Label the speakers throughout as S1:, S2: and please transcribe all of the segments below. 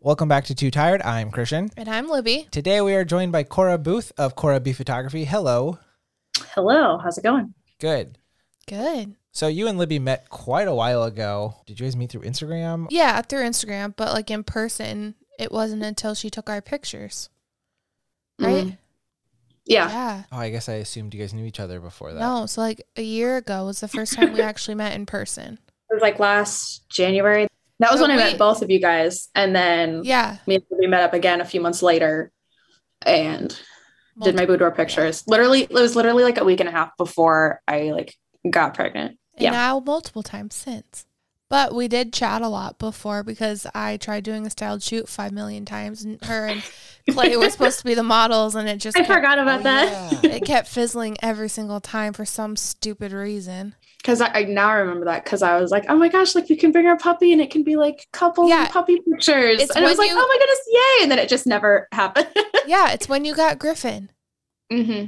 S1: Welcome back to Too Tired. I'm Christian.
S2: And I'm Libby.
S1: Today we are joined by Cora Booth of Cora B Photography. Hello.
S3: Hello, how's it going?
S1: Good.
S2: Good.
S1: So you and Libby met quite a while ago. Did you guys meet through Instagram?
S2: Yeah, through Instagram, but like in person, it wasn't until she took our pictures. Right?
S3: Mhm. Yeah.
S2: Mm-hmm. Yeah.
S1: Oh, I guess I assumed you guys knew each other before that.
S2: No, so like a year ago was the first time we actually met in person.
S3: It was like last January. That was
S2: So
S3: when I
S2: we-
S3: met both of you guys. And then
S2: Yeah.
S3: me and we met up again a few months later and did my boudoir pictures. Literally, it was literally like a week and a half before I like got pregnant.
S2: and
S3: yeah.
S2: now multiple times since. But we did chat a lot before because I tried doing a styled shoot five million times, and her and Clay were supposed to be the models, and it just
S3: I
S2: kept-
S3: forgot about
S1: Oh,
S3: that.
S1: yeah.
S2: It kept fizzling every single time for some stupid reason.
S3: Because I, I now remember that because I was like, oh my gosh, like you can bring our puppy and it can be like couple
S2: Yeah.
S3: puppy pictures.
S2: It's
S3: and I was
S2: when
S3: like,
S2: you-
S3: oh my goodness, yay. And then it just never happened.
S2: Yeah, it's when you got Griffin.
S3: hmm
S2: hmm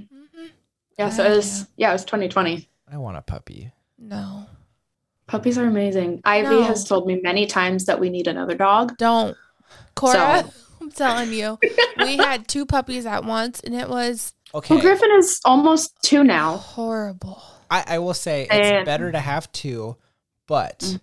S3: Yeah. So
S2: Oh,
S3: it was, yeah, it was 2020.
S1: I want a puppy.
S2: No,
S3: Puppies are amazing. Ivy
S2: No.
S3: has told me many times that we need another dog.
S2: don't, Cora. I'm telling you, we had two puppies at once, and it was
S1: Okay.
S3: Well, Griffin is almost two now.
S2: horrible.
S1: I, I will say it's
S3: And-
S1: better to have two, but
S3: Mm.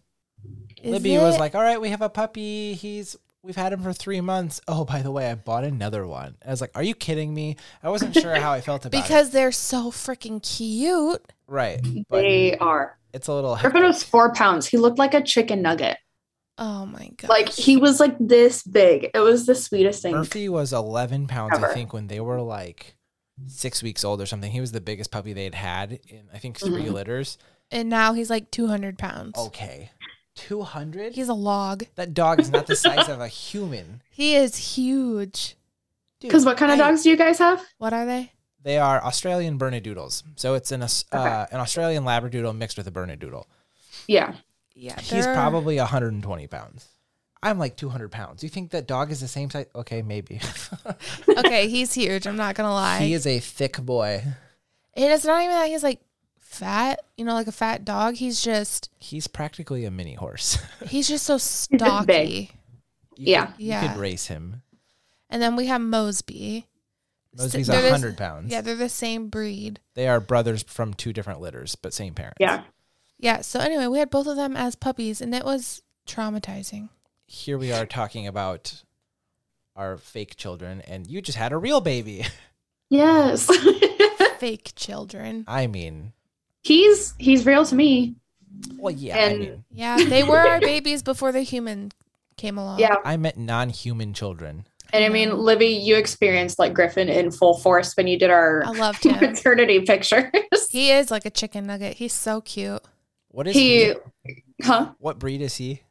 S2: Is
S1: Libby was
S2: it?
S1: like, "All right, we have a puppy. He's we've had him for three months. Oh, by the way, I bought another one." I was like, "Are you kidding me?" I wasn't sure how I felt about it.
S2: because they're so freaking cute.
S1: Right, but
S3: They are.
S1: it's a little
S3: Griffin
S1: hectic.
S3: was four pounds. He looked like a chicken nugget.
S2: Oh my god!
S3: Like he was like this big. It was the sweetest thing.
S1: Murphy was 11 pounds, I
S3: Ever.
S1: think, when they were like six weeks old or something. He was the biggest puppy they'd had in, I think, 3
S3: Mhm.
S1: litters.
S2: and now he's like 200 pounds.
S1: Okay. 200?
S2: He's a log.
S1: that dog is not the size of a human.
S2: He is huge.
S1: Dude,
S3: Because what kind of
S1: I-
S3: dogs do you guys have?
S2: What are they?
S1: They are Australian Bernedoodles. So it's an, Aus-
S3: Okay.
S1: uh, an Australian Labradoodle mixed with a Bernedoodle.
S3: Yeah.
S2: Yeah,
S1: He's
S2: they're-
S1: probably 120 pounds. I'm like 200 pounds. You think that dog is the same size? Okay, maybe.
S2: okay. He's huge. I'm not gonna lie.
S1: he is a thick boy.
S2: And it's not even that he's like fat, you know, like a fat dog. He's just
S1: He's practically a mini horse.
S2: he's just so
S3: big.
S2: stocky.
S1: You
S3: Yeah.
S1: Could, You
S2: Yeah.
S1: could race him.
S2: And then we have Mosby. S-
S1: Mosby's
S2: they're the-
S1: 100 pounds.
S2: Yeah, they're the same breed.
S1: They are brothers from two different litters, but same parents.
S3: Yeah.
S2: Yeah. So anyway, we had both of them as puppies, and it was traumatizing.
S1: Here we are talking about our fake children, and you just had a real baby.
S3: Yes.
S2: Fake children.
S1: I mean,
S3: he's he's real to me.
S1: well, yeah, I
S3: And-
S1: mean,
S2: Yeah, they were our babies before the human came along.
S3: Yeah.
S1: I meant non human children.
S3: And I mean, Libby, you experienced like Griffin in full force when you did our
S2: I loved him.
S3: maternity pictures.
S2: He is like a chicken nugget. He's so cute.
S1: What is he?
S3: He, huh?
S1: What breed is he?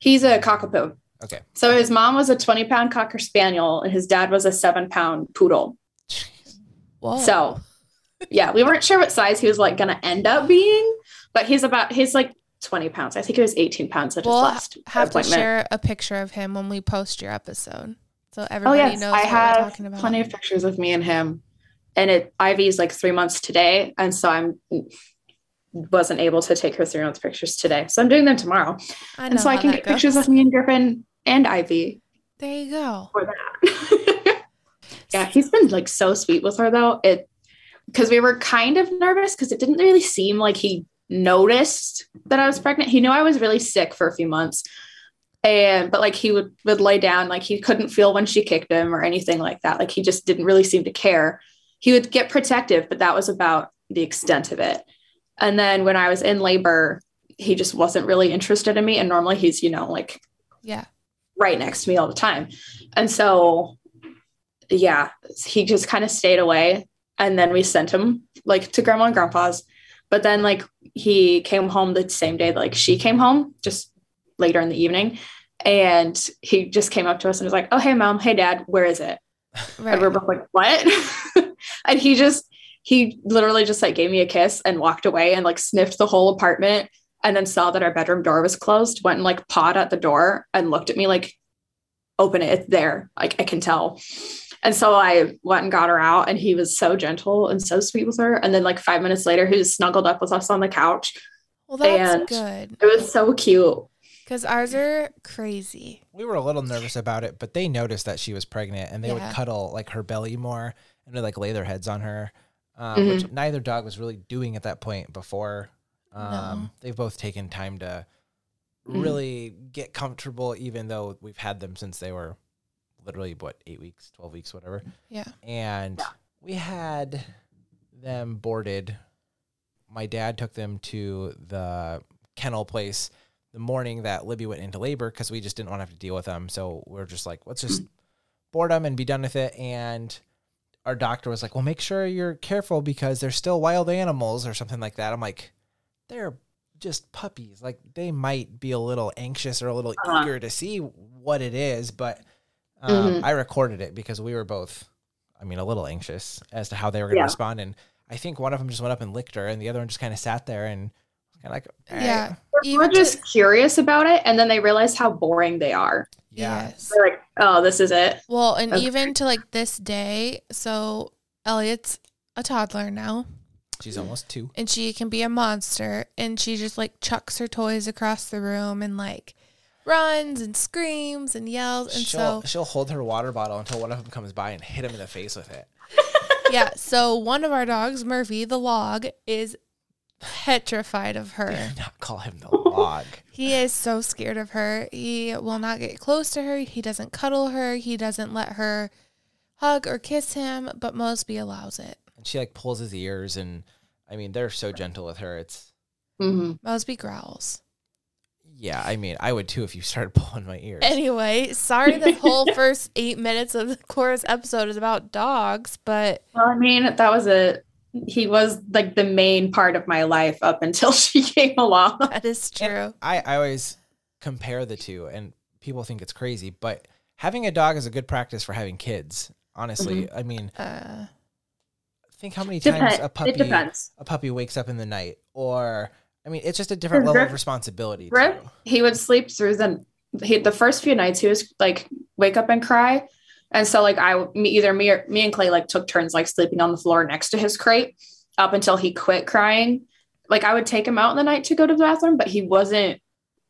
S3: He's a cockapoo.
S1: Okay.
S3: So his mom was a 20 pound cocker spaniel and his dad was a seven pound poodle.
S2: Whoa.
S3: So yeah, we weren't sure what size he was like gonna end up being, but he's about he's like 20 pounds. I think it was 18 pounds at
S2: We'll
S3: his
S2: ha-
S3: last
S2: have to
S3: appointment.
S2: share a picture of him when we post your episode. So
S3: oh
S2: everybody
S3: yes,
S2: knows
S3: I
S2: what we're
S3: have
S2: talking about.
S3: plenty of pictures of me and him. And it Ivy's like three months today, and so I'm wasn't able to take her three months pictures today. So I'm doing them tomorrow.
S2: I know
S3: and so I
S2: how
S3: can
S2: that
S3: get pictures
S2: goes.
S3: of me and Griffin and Ivy
S2: There you go.
S3: for that. yeah, he's been like so sweet with her though. It because we were kind of nervous because it didn't really seem like he noticed that I was pregnant. He knew I was really sick for a few months. And but like he would would lay down, like he couldn't feel when she kicked him or anything like that. Like he just didn't really seem to care. He would get protective, but that was about the extent of it. And then when I was in labor, he just wasn't really interested in me. And normally he's, you know, like
S2: Yeah.
S3: right next to me all the time. And so, yeah, he just kind of stayed away. And then we sent him like to grandma and grandpa's. But then, like, he came home the same day, like, she came home just later in the evening. And he just came up to us and was like, Oh, hey, mom. Hey, dad. Where is it?
S2: Right.
S3: And we're both like, What? and he just, he literally just like gave me a kiss and walked away and like sniffed the whole apartment and then saw that our bedroom door was closed, went and like pawed at the door and looked at me like, open it, it's there. Like I can tell. And so I went and got her out, and he was so gentle and so sweet with her. And then, like five minutes later, he was snuggled up with us on the couch.
S2: Well, that's
S3: and
S2: good
S3: It was so cute.
S2: Because ours are crazy.
S1: We were a little nervous about it, but they noticed that she was pregnant and they
S2: Yeah.
S1: would cuddle like her belly more and they like lay their heads on her, um,
S2: Mm-hmm.
S1: which neither dog was really doing at that point before. Um,
S2: No. Mm-hmm.
S1: They've both taken time to
S3: Mhm.
S1: really get comfortable, even though we've had them since they were literally what, eight weeks, 12 weeks, whatever.
S2: Yeah.
S1: And we had them boarded. My dad took them to the kennel place the morning that Libby went into labor because we just didn't want to have to deal with them. So we are just like, let's just board them and be done with it. And our doctor was like, well, make sure you're careful because they're still wild animals or something like that. I'm like, they're just puppies. Like they might be a little anxious or a little
S3: Uh-huh.
S1: eager to see what it is. But um,
S3: Mhm.
S2: Mm-hmm.
S1: I recorded it because we were both, I mean, a little anxious as to how they were going to
S3: Yeah.
S1: respond. And I think one of them just went up and licked her, and the other one just kind of sat there and kind of like, "All right."
S2: Yeah.
S3: They're more
S2: Even
S3: just
S2: to-
S3: curious about it, and then they realize how boring they are.
S1: yeah,
S2: Yes.
S3: They're like, oh, this is it.
S2: Well, and
S3: Okay.
S2: even to like this day, so Elliot's a toddler now
S1: she's almost two.
S2: and she can be a monster and she just like chucks her toys across the room and like runs and screams and yells and
S1: she'll
S2: so
S1: she'll hold her water bottle until one of them comes by and hit him in the face with it.
S2: yeah, so one of our dogs, Murphy the log, is petrified of her.
S1: Not call him the log.
S2: He is so scared of her. He will not get close to her. He doesn't cuddle her. He doesn't let her hug or kiss him, but Mosby allows it.
S1: And she like pulls his ears, and I mean they're so gentle with her. It's
S3: Mm-hmm.
S2: Mosby growls.
S1: yeah. I mean I would too if you started pulling my ears.
S2: Anyway, sorry the whole first eight minutes of the chorus episode is about dogs, but
S3: Well, I mean, that was a he was like the main part of my life up until she came along.
S2: that is true.
S1: I, I always compare the two, and people think it's crazy, but having a dog is a good practice for having kids. Honestly, I mean,
S2: Uh,
S1: think how many times a
S3: Depends. Mm-hmm. It
S1: puppy
S3: depends.
S1: a puppy wakes up in the night, or I mean, it's just a different
S3: Or
S1: level of
S3: Griff-
S1: responsibility.
S3: Griff,
S1: too.
S3: he would sleep through the he, the first few nights. He was like wake up and cry, and so like I me either me or me and Clay like took turns like sleeping on the floor next to his crate up until he quit crying. Like I would take him out in the night to go to the bathroom, but he wasn't.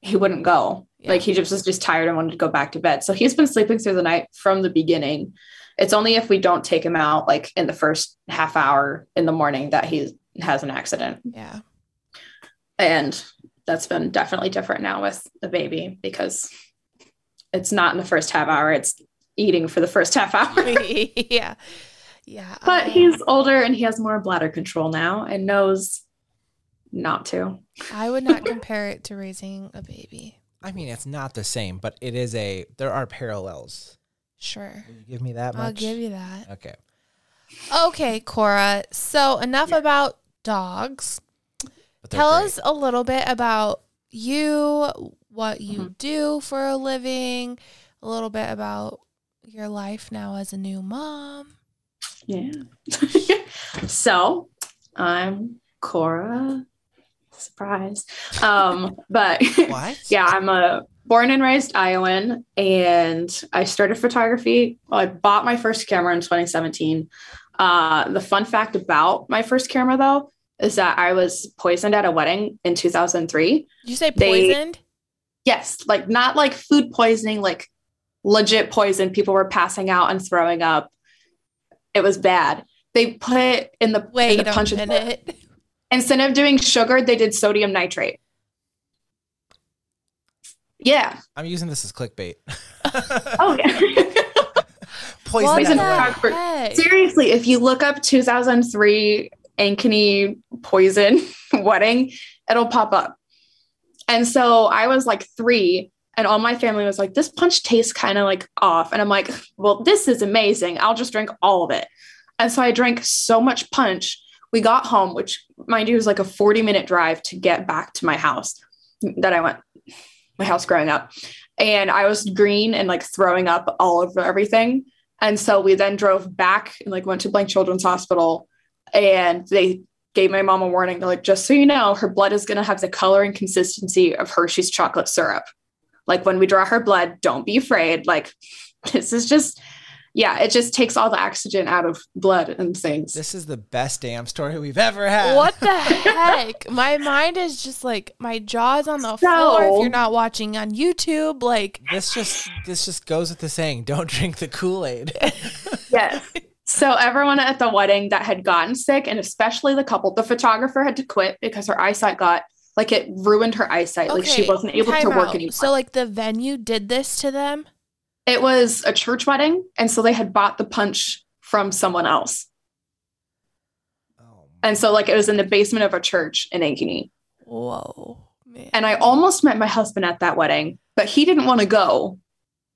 S3: He wouldn't go.
S2: Yeah.
S3: Like he just was just tired and wanted to go back to bed. So he's been sleeping through the night from the beginning. It's only if we don't take him out like in the first half hour in the morning that he has an accident
S2: yeah.
S3: and that's been definitely different now with the baby because it's not in the first half hour it's eating for the first half hour
S2: yeah. Yeah.
S3: but
S2: um,
S3: he's older and he has more bladder control now and knows not to
S2: I would not compare it to raising a baby.
S1: I mean, it's not the same, but it is a. There are parallels.
S2: Sure.
S1: Will you give me that much?
S2: I'll give you that.
S1: Okay.
S2: Okay, Cora. So enough about dogs.
S1: But they're
S2: Tell
S1: great.
S2: us a little bit about you, what you
S3: Mm-hmm.
S2: do for a living, a little bit about your life now as a new mom.
S3: yeah so i'm cora surprise um but
S1: what?
S3: Yeah, I'm a born and raised Iowan, and I started photography. Well, I bought my first camera in 2017. Uh, the fun fact about my first camera, though, is that I was poisoned at a wedding in 2003.
S2: Did you say
S3: They-
S2: poisoned?
S3: Yes, like not like food poisoning, like legit poison. People were passing out and throwing up. It was bad. They put in the, in
S2: Wait
S3: the
S2: a
S3: punch
S2: minute.
S3: instead of doing sugar, they did sodium nitrate. Yeah.
S1: I'm using this as clickbait.
S3: Oh, yeah.
S1: Poison
S3: Poison
S1: at a wedding.
S3: frog for-
S2: heck?
S3: Seriously, if you look up 2003 Ankeny poison wedding, it'll pop up. And so I was like three, and all my family was like, this punch tastes kind of like off. And I'm like, well, this is amazing. I'll just drink all of it. And so I drank so much punch. We got home, which, mind you, was like a 40 minute drive to get back to my house that I went, my house growing up. And I was green and like throwing up all over everything. And so we then drove back and like went to Blank Children's Hospital and they gave my mom a warning. They're like, just so you know, her blood is gonna have the color and consistency of Hershey's chocolate syrup. Like when we draw her blood, don't be afraid. Like this is just yeah, it just takes all the oxygen out of blood and things.
S1: This is the best damn story we've ever had.
S2: What the heck? My mind is just like my jaw's on the
S3: So-
S2: floor. If you're not watching on YouTube, like
S1: This just this just goes with the saying, don't drink the Kool-Aid.
S3: Yes. So everyone at the wedding that had gotten sick, and especially the couple, the photographer had to quit because her eyesight got like it ruined her eyesight. like she
S2: okay,
S3: wasn't able to
S2: time
S3: work
S2: out.
S3: anymore.
S2: So like the venue did this to them.
S3: it was a church wedding, and so they had bought the punch from someone else,
S1: Oh,
S3: and so like it was in the basement of a church in Ankeny.
S2: Whoa, man.
S3: And I almost met my husband at that wedding, but he didn't want to go.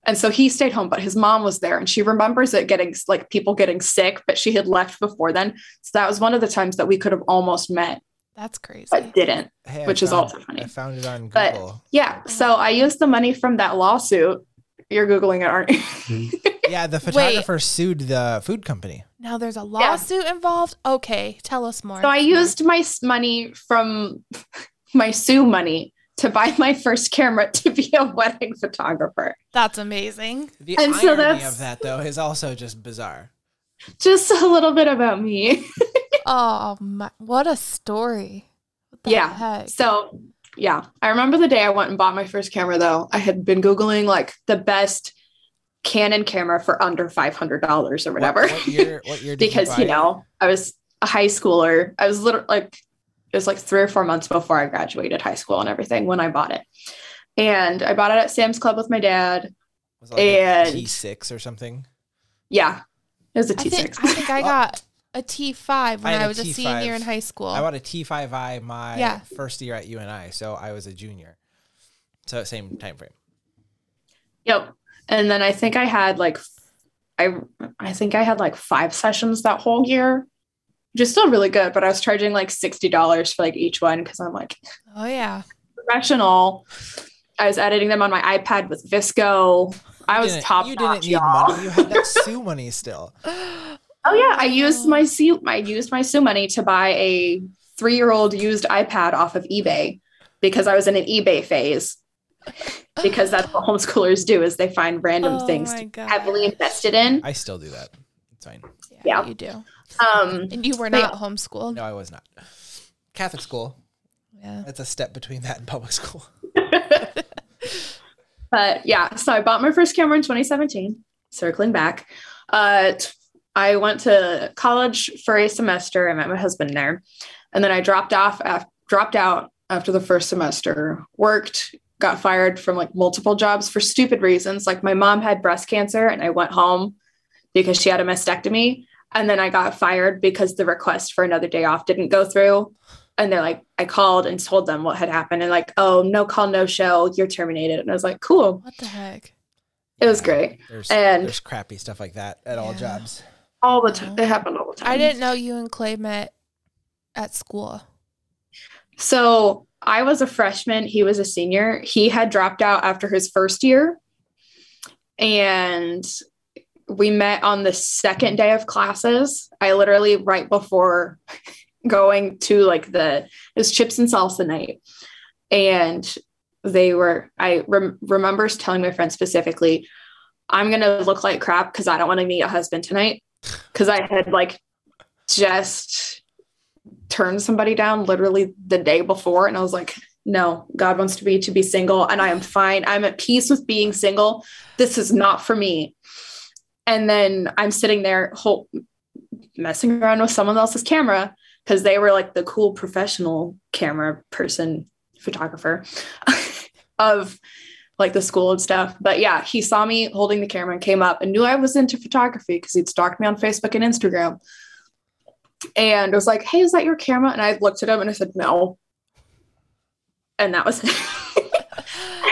S3: And so he stayed home, but his mom was there and she remembers it getting like people getting sick, but she had left before then. So that was one of the times that we could have almost met,
S2: That's crazy.
S3: but didn't.
S1: Hey, I
S3: Which is
S1: found-
S3: also funny.
S1: I found it on
S3: But-
S1: Google.
S3: Yeah. So I used the money from that lawsuit. You're Googling it, aren't you?
S1: yeah, the photographer sued the food company.
S2: Now there's a lawsuit involved. Okay, tell us more.
S3: so I used my s- money from my Sue money to buy my first camera to be a wedding photographer.
S2: That's amazing.
S1: The
S3: And so
S1: irony
S3: that's-
S1: of that though is also just bizarre.
S3: Just a little bit about me.
S2: Oh my, what a story. What the
S3: Yeah,
S2: heck?
S3: So, yeah, I remember the day I went and bought my first camera though. I had been Googling like the best Canon camera for under $500 or
S1: What-
S3: whatever.
S1: What, year? What year? Did
S3: because,
S1: you,
S3: you
S1: buy it?
S3: know, I was a high schooler. I was literally like, it was like three or four months before I graduated high school and everything when I bought it. And I bought it at Sam's Club with my dad.
S1: was it like a
S3: and-
S1: T6 or something.
S3: Yeah, it was a
S2: I
S3: T6.
S2: think I think I got a T five when
S1: I
S2: I,
S1: had a
S2: was a
S1: T5.
S2: senior in high school.
S1: I bought a T5i my
S2: Yeah.
S1: first year at UNI, so I was a junior. So same time frame.
S3: Yep. And then I think I had like I I think I had like five sessions that whole year, which is still really good, but I was charging like $60 for like each one because I'm like
S2: oh yeah.
S3: professional. I was editing them on my iPad with Visco. I
S1: You
S3: was
S1: didn't-
S3: top
S1: You
S3: notch,
S1: didn't need
S3: y'all.
S1: money. You had that Sue money still.
S3: Oh yeah, I used
S2: Oh.
S3: my Sue I used my Sue money to buy a three-year-old used iPad off of eBay because I was in an eBay phase. Because that's what homeschoolers do is they find random
S2: Oh
S3: things
S2: my
S3: to heavily
S2: gosh.
S3: invested in.
S1: I still do that. It's fine.
S2: yeah,
S3: yeah.
S2: you do.
S3: Um,
S2: And you were
S3: But-
S2: not homeschooled.
S1: No, I was not. Catholic school.
S2: Yeah.
S1: That's a step between that and public school.
S3: but yeah, so I bought my first camera in 2017, circling back. Uh, t- I went to college for a semester. I met my husband there. And then I dropped off, af- dropped out after the first semester, worked, got fired from like multiple jobs for stupid reasons. Like my mom had breast cancer and I went home because she had a mastectomy. And then I got fired because the request for another day off didn't go through. And they're like, I called and told them what had happened. And like, oh, no call, no show. You're terminated. And I was like, cool.
S2: What the heck?
S3: It was great.
S1: There's,
S3: And-
S1: there's crappy stuff like that at all
S2: Yeah.
S1: jobs.
S3: All the time. It happened all the time.
S2: I didn't know you and Clay met at school.
S3: So I was a freshman. He was a senior. He had dropped out after his first year. And we met on the second day of classes. I literally, right before going to like the, it was chips and salsa night. And they were, I rem- remember telling my friend specifically, I'm going to look like crap because I don't want to meet a husband tonight. Because I had like just turned somebody down literally the day before and I was like no God wants to be to be single and I am fine I'm at peace with being single this is not for me and then I'm sitting there whole, messing around with someone else's camera because they were like the cool professional camera person photographer of like the school and stuff but yeah he saw me holding the camera and came up and knew I was into photography because he'd stalked me on Facebook and Instagram and was like, "Hey, is that your camera?" And I looked at him and I said, "No," and that was it.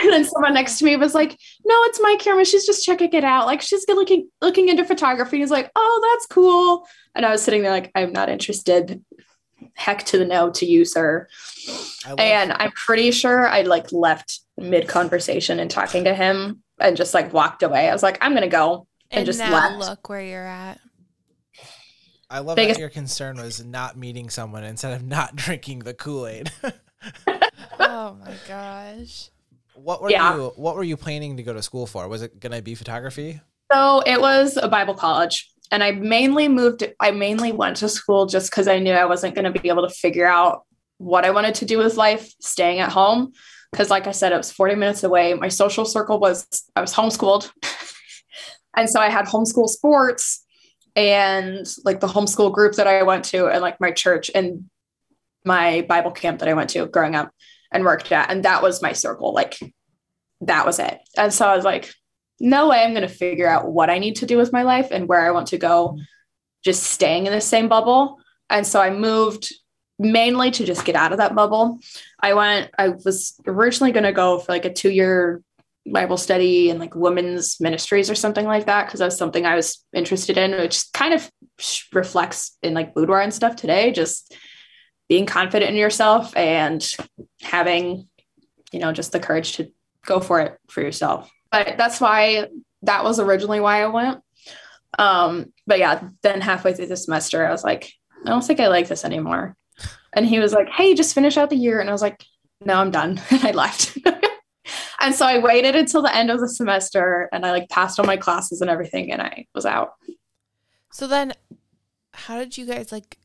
S3: and then someone next to me was like, "No, it's my camera. She's just checking it out. Like she's good looking looking into photography." He's like, "Oh, that's cool." And I was sitting there like, "I'm not interested." Heck to the no to you, sir.
S1: I love,
S3: And I'm pretty sure I like left mid conversation and talking to him and just like walked away. I was like, "I'm gonna go." And
S2: And,
S3: just
S2: now
S3: left.
S2: look where you're at.
S1: I love
S3: biggest-
S1: that your concern was not meeting someone instead of not drinking the Kool Aid.
S2: Oh my gosh.
S1: what were
S3: Yeah.
S1: you What were you planning to go to school for? Was it gonna be photography?
S3: So it was a Bible college. And I mainly moved, I mainly went to school just because I knew I wasn't going to be able to figure out what I wanted to do with life staying at home. Because, like I said, it was 40 minutes away. My social circle was, I was homeschooled. and so I had homeschool sports and like the homeschool group that I went to, and like my church and my Bible camp that I went to growing up and worked at. And that was my circle. Like that was it. And so I was like, no way I'm going to figure out what I need to do with my life and where I want to go, just staying in the same bubble. And so I moved mainly to just get out of that bubble. I went, I was originally going to go for like a two year Bible study and like women's ministries or something like that, because that's something I was interested in, which kind of reflects in like boudoir and stuff today, just being confident in yourself and having, you know, just the courage to go for it for yourself but that's why that was originally why I went. Um, but yeah, then halfway through the semester, I was like, I don't think I like this anymore. And he was like, Hey, just finish out the year. And I was like, No, I'm done. And I left. and so I waited until the end of the semester and I like passed all my classes and everything and I was out.
S2: So then how did you guys like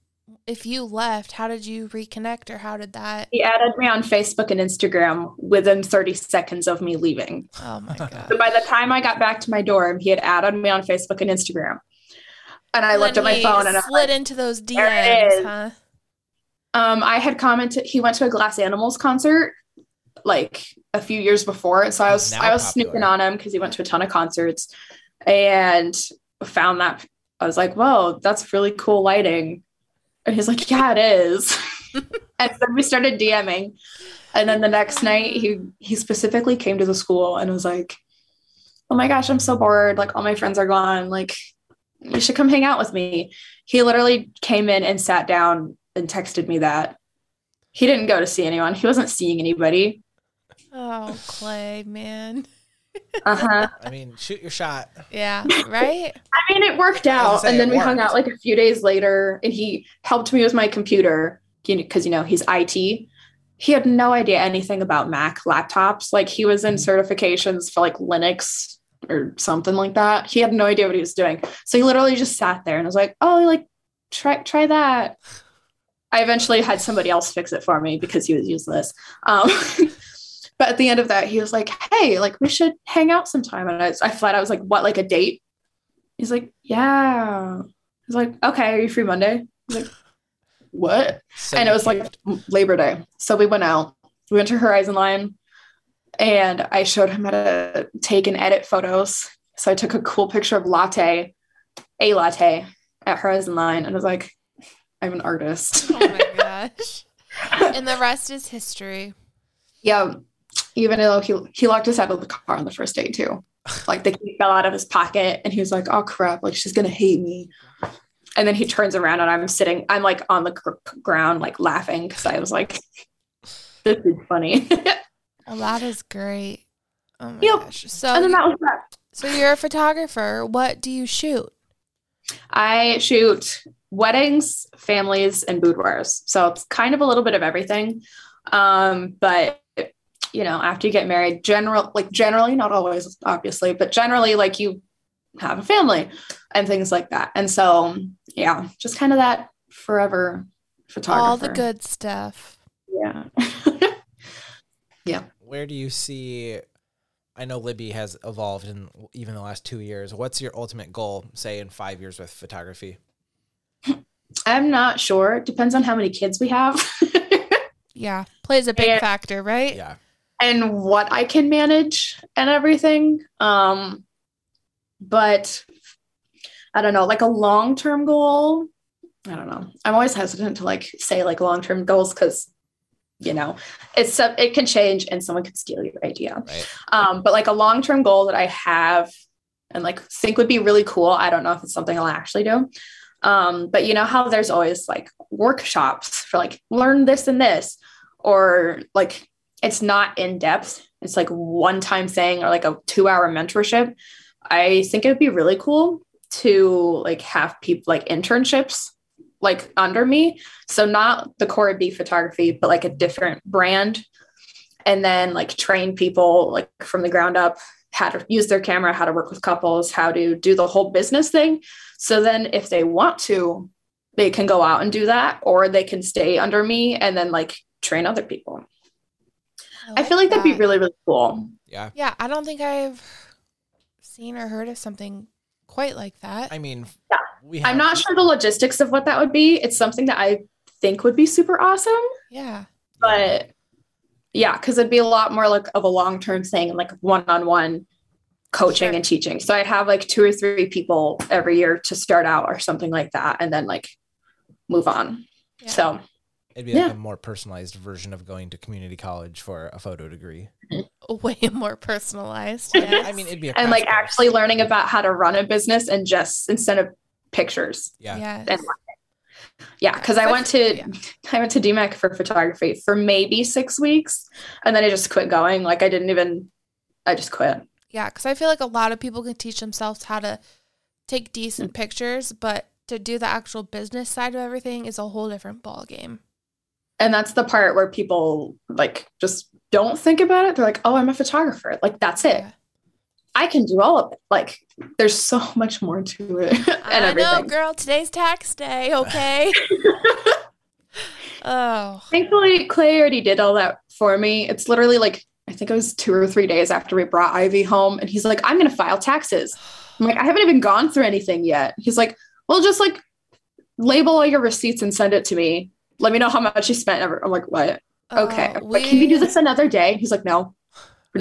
S2: if you left, how did you reconnect or how did that?
S3: He added me on Facebook and Instagram within 30 seconds of me leaving.
S2: Oh my God.
S3: So by the time I got back to my dorm, he had added me on Facebook and Instagram. And I
S2: When
S3: looked at my
S2: he
S3: phone and I
S2: slid into those
S3: "There it
S2: DMs,
S3: is."
S2: huh?
S3: Um, I had commented he went to a Glass Animals concert like a few years before, and so I was
S1: Now
S3: I was
S1: popular.
S3: snooping on him because he went to a ton of concerts, and found that I was like, "Whoa, that's really cool lighting," and he's like, "Yeah, it is." and then we started DMing, and then the next night he he specifically came to the school and was like, "Oh my gosh, I'm so bored. Like all my friends are gone. Like you should come hang out with me." He literally came in and sat down and texted me that he didn't go to see anyone. He wasn't seeing anybody.
S2: Oh, Clay, man.
S3: Uh huh.
S1: I mean, shoot your shot.
S2: Yeah, right?
S3: I mean, it worked
S1: I was
S3: out,
S1: gonna say,
S3: and then
S1: it
S3: we hung
S1: worked.
S3: out like a few days later, and he helped me with my computer because you know he's IT. He had no idea anything about Mac laptops. Like he was in
S1: Mm.
S3: certifications for like Linux or something like that. He had no idea what he was doing. So he literally just sat there and was like, "Oh, like try try that." I eventually had somebody else fix it for me because he was useless. Um, but at the end of that, he was like, "Hey, like we should hang out sometime." And I, I flat out was like, "What? Like a date?" He's like, "Yeah." He's like, "Okay, are you free Monday?" I was like, "What?"
S1: So
S3: and it was like Labor Day. So we went out. We went to Horizon Line and I showed him how to take and edit photos. So I took a cool picture of latte, a latte at Horizon Line and I was like, I'm an artist.
S2: Oh my gosh. And the rest is history.
S3: yeah. Even though he he locked us out of the car on the first date too. Like the key fell out of his pocket and he was like, Oh crap, like she's gonna hate me. And then he turns around and I'm sitting, I'm like on the gr- ground, like laughing because I was like, this is funny.
S2: Well, that is great. Oh my
S3: Yep.
S2: gosh. So,
S3: and then that was that.
S2: so you're a photographer. What do you shoot?
S3: I shoot weddings, families, and boudoirs. So it's kind of a little bit of everything. Um, but you know, after you get married, general like generally, not always, obviously, but generally, like you have a family and things like that. And so yeah, just kind of that forever photographer.
S2: All the good stuff.
S3: Yeah.
S1: where do you see? I know Libby has evolved in even the last two years. What's your ultimate goal, say, in five years with photography?
S3: I'm not sure. It depends on how many kids we have
S2: Yeah, plays a big
S3: And-
S2: factor, right?
S1: Yeah.
S3: and what I can manage and everything. Um, but I don't know, like a long term goal. I don't know. I'm always hesitant to like say like long term goals because you know it's so- it can change and someone could steal your idea.
S1: Right.
S3: Um, but like a long term goal that I have and like think would be really cool. I don't know if it's something I'll actually do. Um, but you know how there's always like workshops for like learn this and this, or like it's not in depth. It's like one time thing or like a two hour mentorship. I think it would be really cool to like have people like internships like under me. So not the Cora B photography, but like a different brand. And then like train people like from the ground up how to use their camera, how to work with couples, how to do the whole business thing. So then if they want to, they can go out and do that, or they can stay under me and then like train other people. I, feel like that'd be
S2: that.
S3: really, really cool.
S1: Yeah.
S2: Yeah, I don't think I've seen or heard of something quite like that.
S1: I mean,
S3: Yeah.
S1: we have,
S3: I'm not sure the logistics of what that would be. It's something that I think would be super awesome,
S2: yeah.
S3: but yeah, because it'd be a lot more like of a long term thing and like one on one coaching
S2: Sure.
S3: and teaching. So I'd have like two or three people every year to start out or something like that and then like move on.
S2: yeah.
S3: So
S1: it'd be like
S3: yeah.
S1: a more personalized version of going to community college for a photo degree.
S2: way more personalized. yes.
S1: I mean, it'd be a
S3: and like
S1: crash course.
S3: actually learning about how to run a business and just instead of pictures.
S1: Yeah.
S2: Yes.
S3: and- Yeah, because I
S2: But-
S3: went to
S2: yeah.
S3: I went to DMAC for photography for maybe six weeks, and then I just quit going. Like I didn't even, I just quit.
S2: Yeah, because I feel like a lot of people can teach themselves how to take decent pictures, but to do the actual business side of everything is a whole different ballgame.
S3: And that's the part where people like just don't think about it. They're like, "Oh, I'm a photographer. Like that's it.
S2: Yeah.
S3: I can do all of it." Like there's so much more to it and
S2: I know,
S3: everything.
S2: girl. Today's tax day, okay? oh,
S3: Thankfully, Clay already did all that for me. It's literally like I think it was two or three days after we brought Ivy home, and he's like, "I'm gonna file taxes." I'm like, "I haven't even gone through anything yet." He's like, "Well, just like label all your receipts and send it to me. Let me know how much you spent." ever." I'm like, "What? Okay."
S2: Uh,
S3: I'm like, can you do this another day? He's like, "No, we're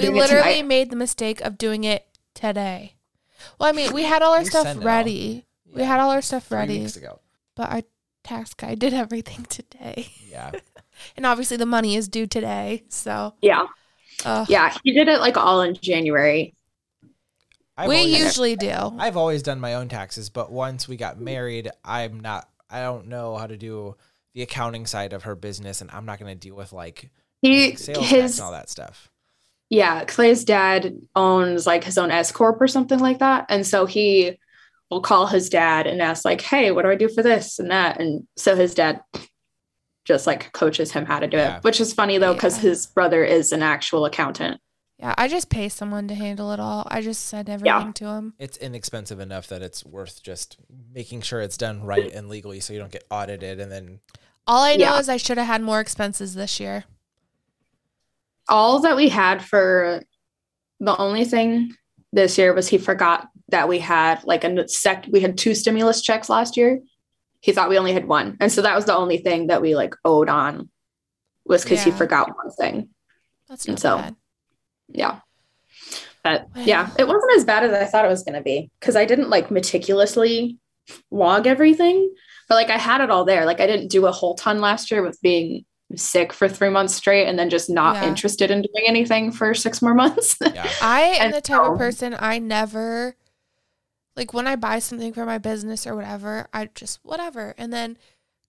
S2: We
S3: doing it
S2: literally
S3: tonight."
S2: made the mistake of doing it today. Well, I mean, we had all our
S1: You
S2: stuff
S1: send it all.
S2: ready, We
S1: Yeah.
S2: had all our stuff
S1: Three
S2: ready.
S1: weeks ago.
S2: but our tax guy did everything today.
S1: Yeah.
S2: And obviously, the money is due today. So,
S3: Yeah,
S2: uh,
S3: yeah. He did it like all in January.
S1: I've
S2: we
S1: always-
S2: usually do.
S1: I've always done my own taxes, but once we got married, I'm not I don't know how to do the accounting side of her business and I'm not going to deal with like
S3: He
S1: sales tax
S3: his
S1: and all that stuff.
S3: Yeah, Clay's dad owns like his own S corp or something like that, and so he will call his dad and ask like, "Hey, what do I do for this and that?" And so his dad just like coaches him how to do
S1: Yeah.
S3: it, which is funny though because
S2: Yeah.
S3: his brother is an actual accountant.
S2: Yeah, I just pay someone to handle it all. I just send everything to him.
S1: It's inexpensive enough that it's worth just making sure it's done right and legally so you don't get audited and then
S2: All I know
S3: Yeah.
S2: is I should have had more expenses this year.
S3: All that we had for the only thing this year was he forgot that we had like a sec. We had two stimulus checks last year. He thought we only had one, and so that was the only thing that we like owed on was because he
S2: Yeah.
S3: forgot one thing.
S2: That's not
S3: So,
S2: bad.
S3: yeah but
S2: Well.
S3: yeah it wasn't as bad as i thought it was going to be because i didn't like meticulously log everything but like i had it all there like i didn't do a whole ton last year with being sick for three months straight and then just not
S2: Yeah.
S3: interested in doing anything for six more months
S1: yeah.
S2: I am
S3: And
S2: the type
S3: so-
S2: of person I never like when I buy something for my business or whatever, I just whatever. And then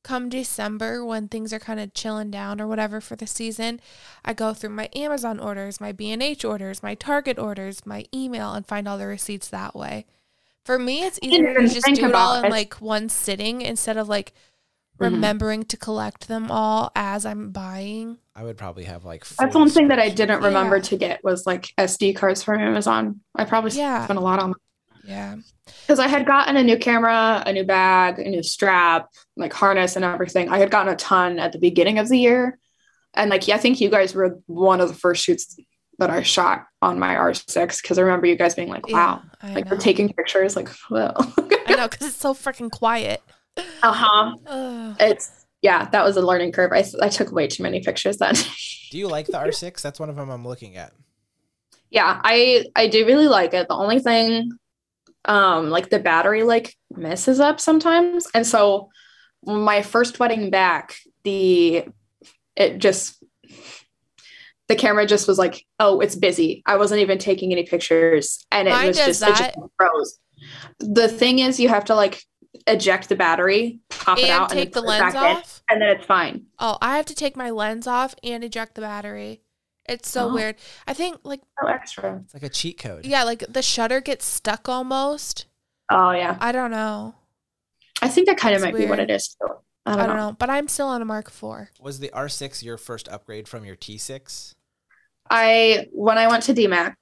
S2: come December when things are kind of chilling down or whatever for the season, I go through my Amazon orders, my B&H orders, my Target orders, my email and find all the receipts that way. For me, it's easier to
S3: even
S2: just
S3: think
S2: do it all
S3: about
S2: in
S3: it.
S2: like one sitting instead of like
S3: Mhm.
S2: remembering to collect them all as I'm buying.
S1: I would probably have like
S3: that's
S1: 40
S3: one thing that i
S1: spreadsheets.
S3: didn't remember
S2: Yeah.
S3: to get was like sd cards from amazon i probably
S2: Yeah.
S3: spent a lot on
S2: Yeah.
S3: because I had gotten a new camera, a new bag, a new strap, like harness and everything. I had gotten a ton at the beginning of the year. And like, yeah, I think you guys were one of the first shoots that I shot on my R6 because I remember you guys being like, wow,
S2: Yeah, I
S3: like
S2: know.
S3: we're taking pictures. Like, whoa.
S2: I know because it's so freaking quiet.
S3: uh
S2: Uh-huh.
S3: huh.
S2: Ugh.
S3: It's, yeah, that was a learning curve. I, I took way too many pictures then.
S1: Do you like the R6? That's one of them I'm looking at.
S3: yeah i i do really like it the only thing um like the battery like messes up sometimes and so my first wedding back the it just the camera just was like oh it's busy i wasn't even taking any pictures and it
S2: Mine
S3: was
S2: does
S3: just it just froze the thing is you have to like eject the battery pop it
S2: and
S3: out
S2: take
S3: and
S2: the
S3: then put it
S2: lens
S3: back in,
S2: off.
S3: and then it's fine
S2: Oh, I have to take my lens off and eject the battery. It's so
S3: Oh.
S2: weird. I think like
S3: no extra
S1: It's like a cheat code.
S2: yeah, like the shutter gets stuck almost.
S3: oh yeah
S2: I don't know.
S3: i think that kind of
S2: It's
S3: might be what
S2: weird.
S3: it is too. i
S2: I
S3: don't,
S2: don't,
S3: know.
S2: know. But I'm still on a Mark IV.
S1: Was the R6 your first upgrade from your T6?
S3: I when I went to DMAC,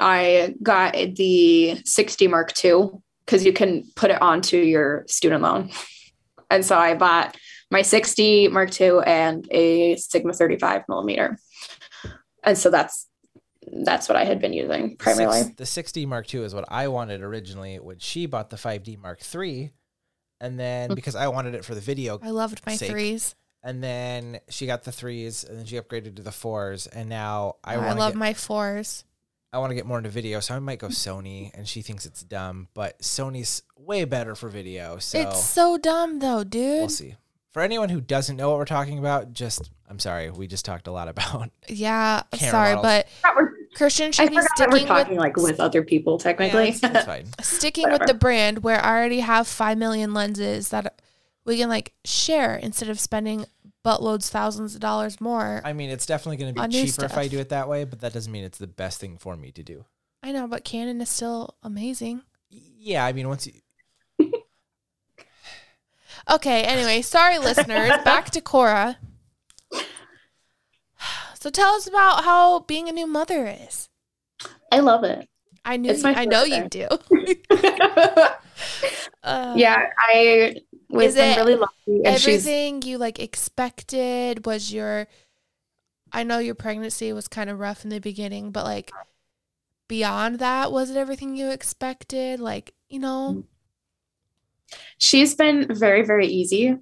S3: I got the 60 Mark II because you can put it onto your student loan. And so I bought my 60 Mark II and a Sigma 35 millimeter. And so that's that's what I had been using
S1: The six-
S3: primarily.
S1: the 60 Mark II is what I wanted originally when she bought the 5D Mark III. And
S2: Hmm.
S1: then because I wanted it for the video,
S2: I loved my
S1: Sake.
S2: threes.
S1: and then she got the threes, and then she upgraded to the fours, and now I
S2: I,
S1: want to
S2: love
S1: get
S2: my fours.
S1: I want to get more into video, so I might go Sony, and she thinks it's dumb, but Sony's way better for video, so
S2: It's so dumb though, dude.
S1: we'll see. For anyone who doesn't know what we're talking about, just I'm sorry, we just talked a lot about
S2: Yeah, I'm
S1: Camera
S2: sorry,
S1: models.
S2: but
S3: I forgot we're-
S2: Christian
S3: I
S2: should be
S3: forgot that we're
S2: sticking with
S3: talking like with other people technically.
S2: it's-
S1: it's fine.
S2: sticking with
S3: Whatever.
S2: the brand where I already have 5 million lenses that we can like share instead of spending buttloads thousands of dollars more. I,
S1: I mean, it's definitely going to be
S2: On new
S1: cheaper if I
S2: stuff.
S1: do it that way, but that doesn't mean it's the best thing for me to do.
S2: know, but Canon is still amazing.
S1: Yeah, I mean, once you,
S2: Okay, anyway, sorry listeners, back to Cora. So tell us about how being a new mother is.
S3: I love it.
S2: I knew
S3: It's my
S2: I know you
S3: favorite
S2: do. Uh,
S3: yeah,
S2: Is
S3: I we've been
S2: it
S3: really lucky and she's
S2: everything you like expected was your I know your pregnancy was kind of rough in the beginning, but like beyond that, was it everything you expected? Like, you know,
S3: she's been very very easy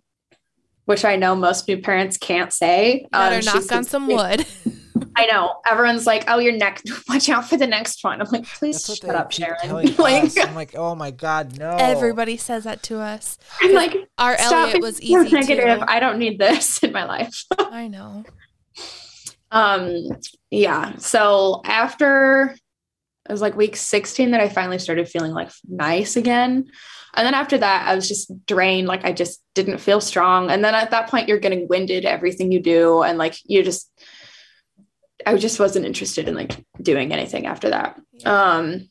S3: which i know most new parents can't say
S2: better
S3: Um, she's
S2: knock on
S3: been-
S2: some wood.
S3: i know everyone's like oh your neck watch out for the next one i'm like please
S1: that's what
S3: shut
S1: they
S3: up
S1: keep
S3: sharon
S1: telling
S3: like
S1: us. I'm like, oh my god, no.
S2: Everybody says that to us.
S3: i'm like
S2: Our
S3: stop
S2: Elliot
S3: being
S2: was
S3: so
S2: easy
S3: negative
S2: too.
S3: i don't need this in my life
S2: I know.
S3: um yeah so after it was like week 16 that i finally started feeling like nice again and then after that i was just drained like i just didn't feel strong and then at that point you're getting winded everything you do and like you just i just wasn't interested in like doing anything after that um,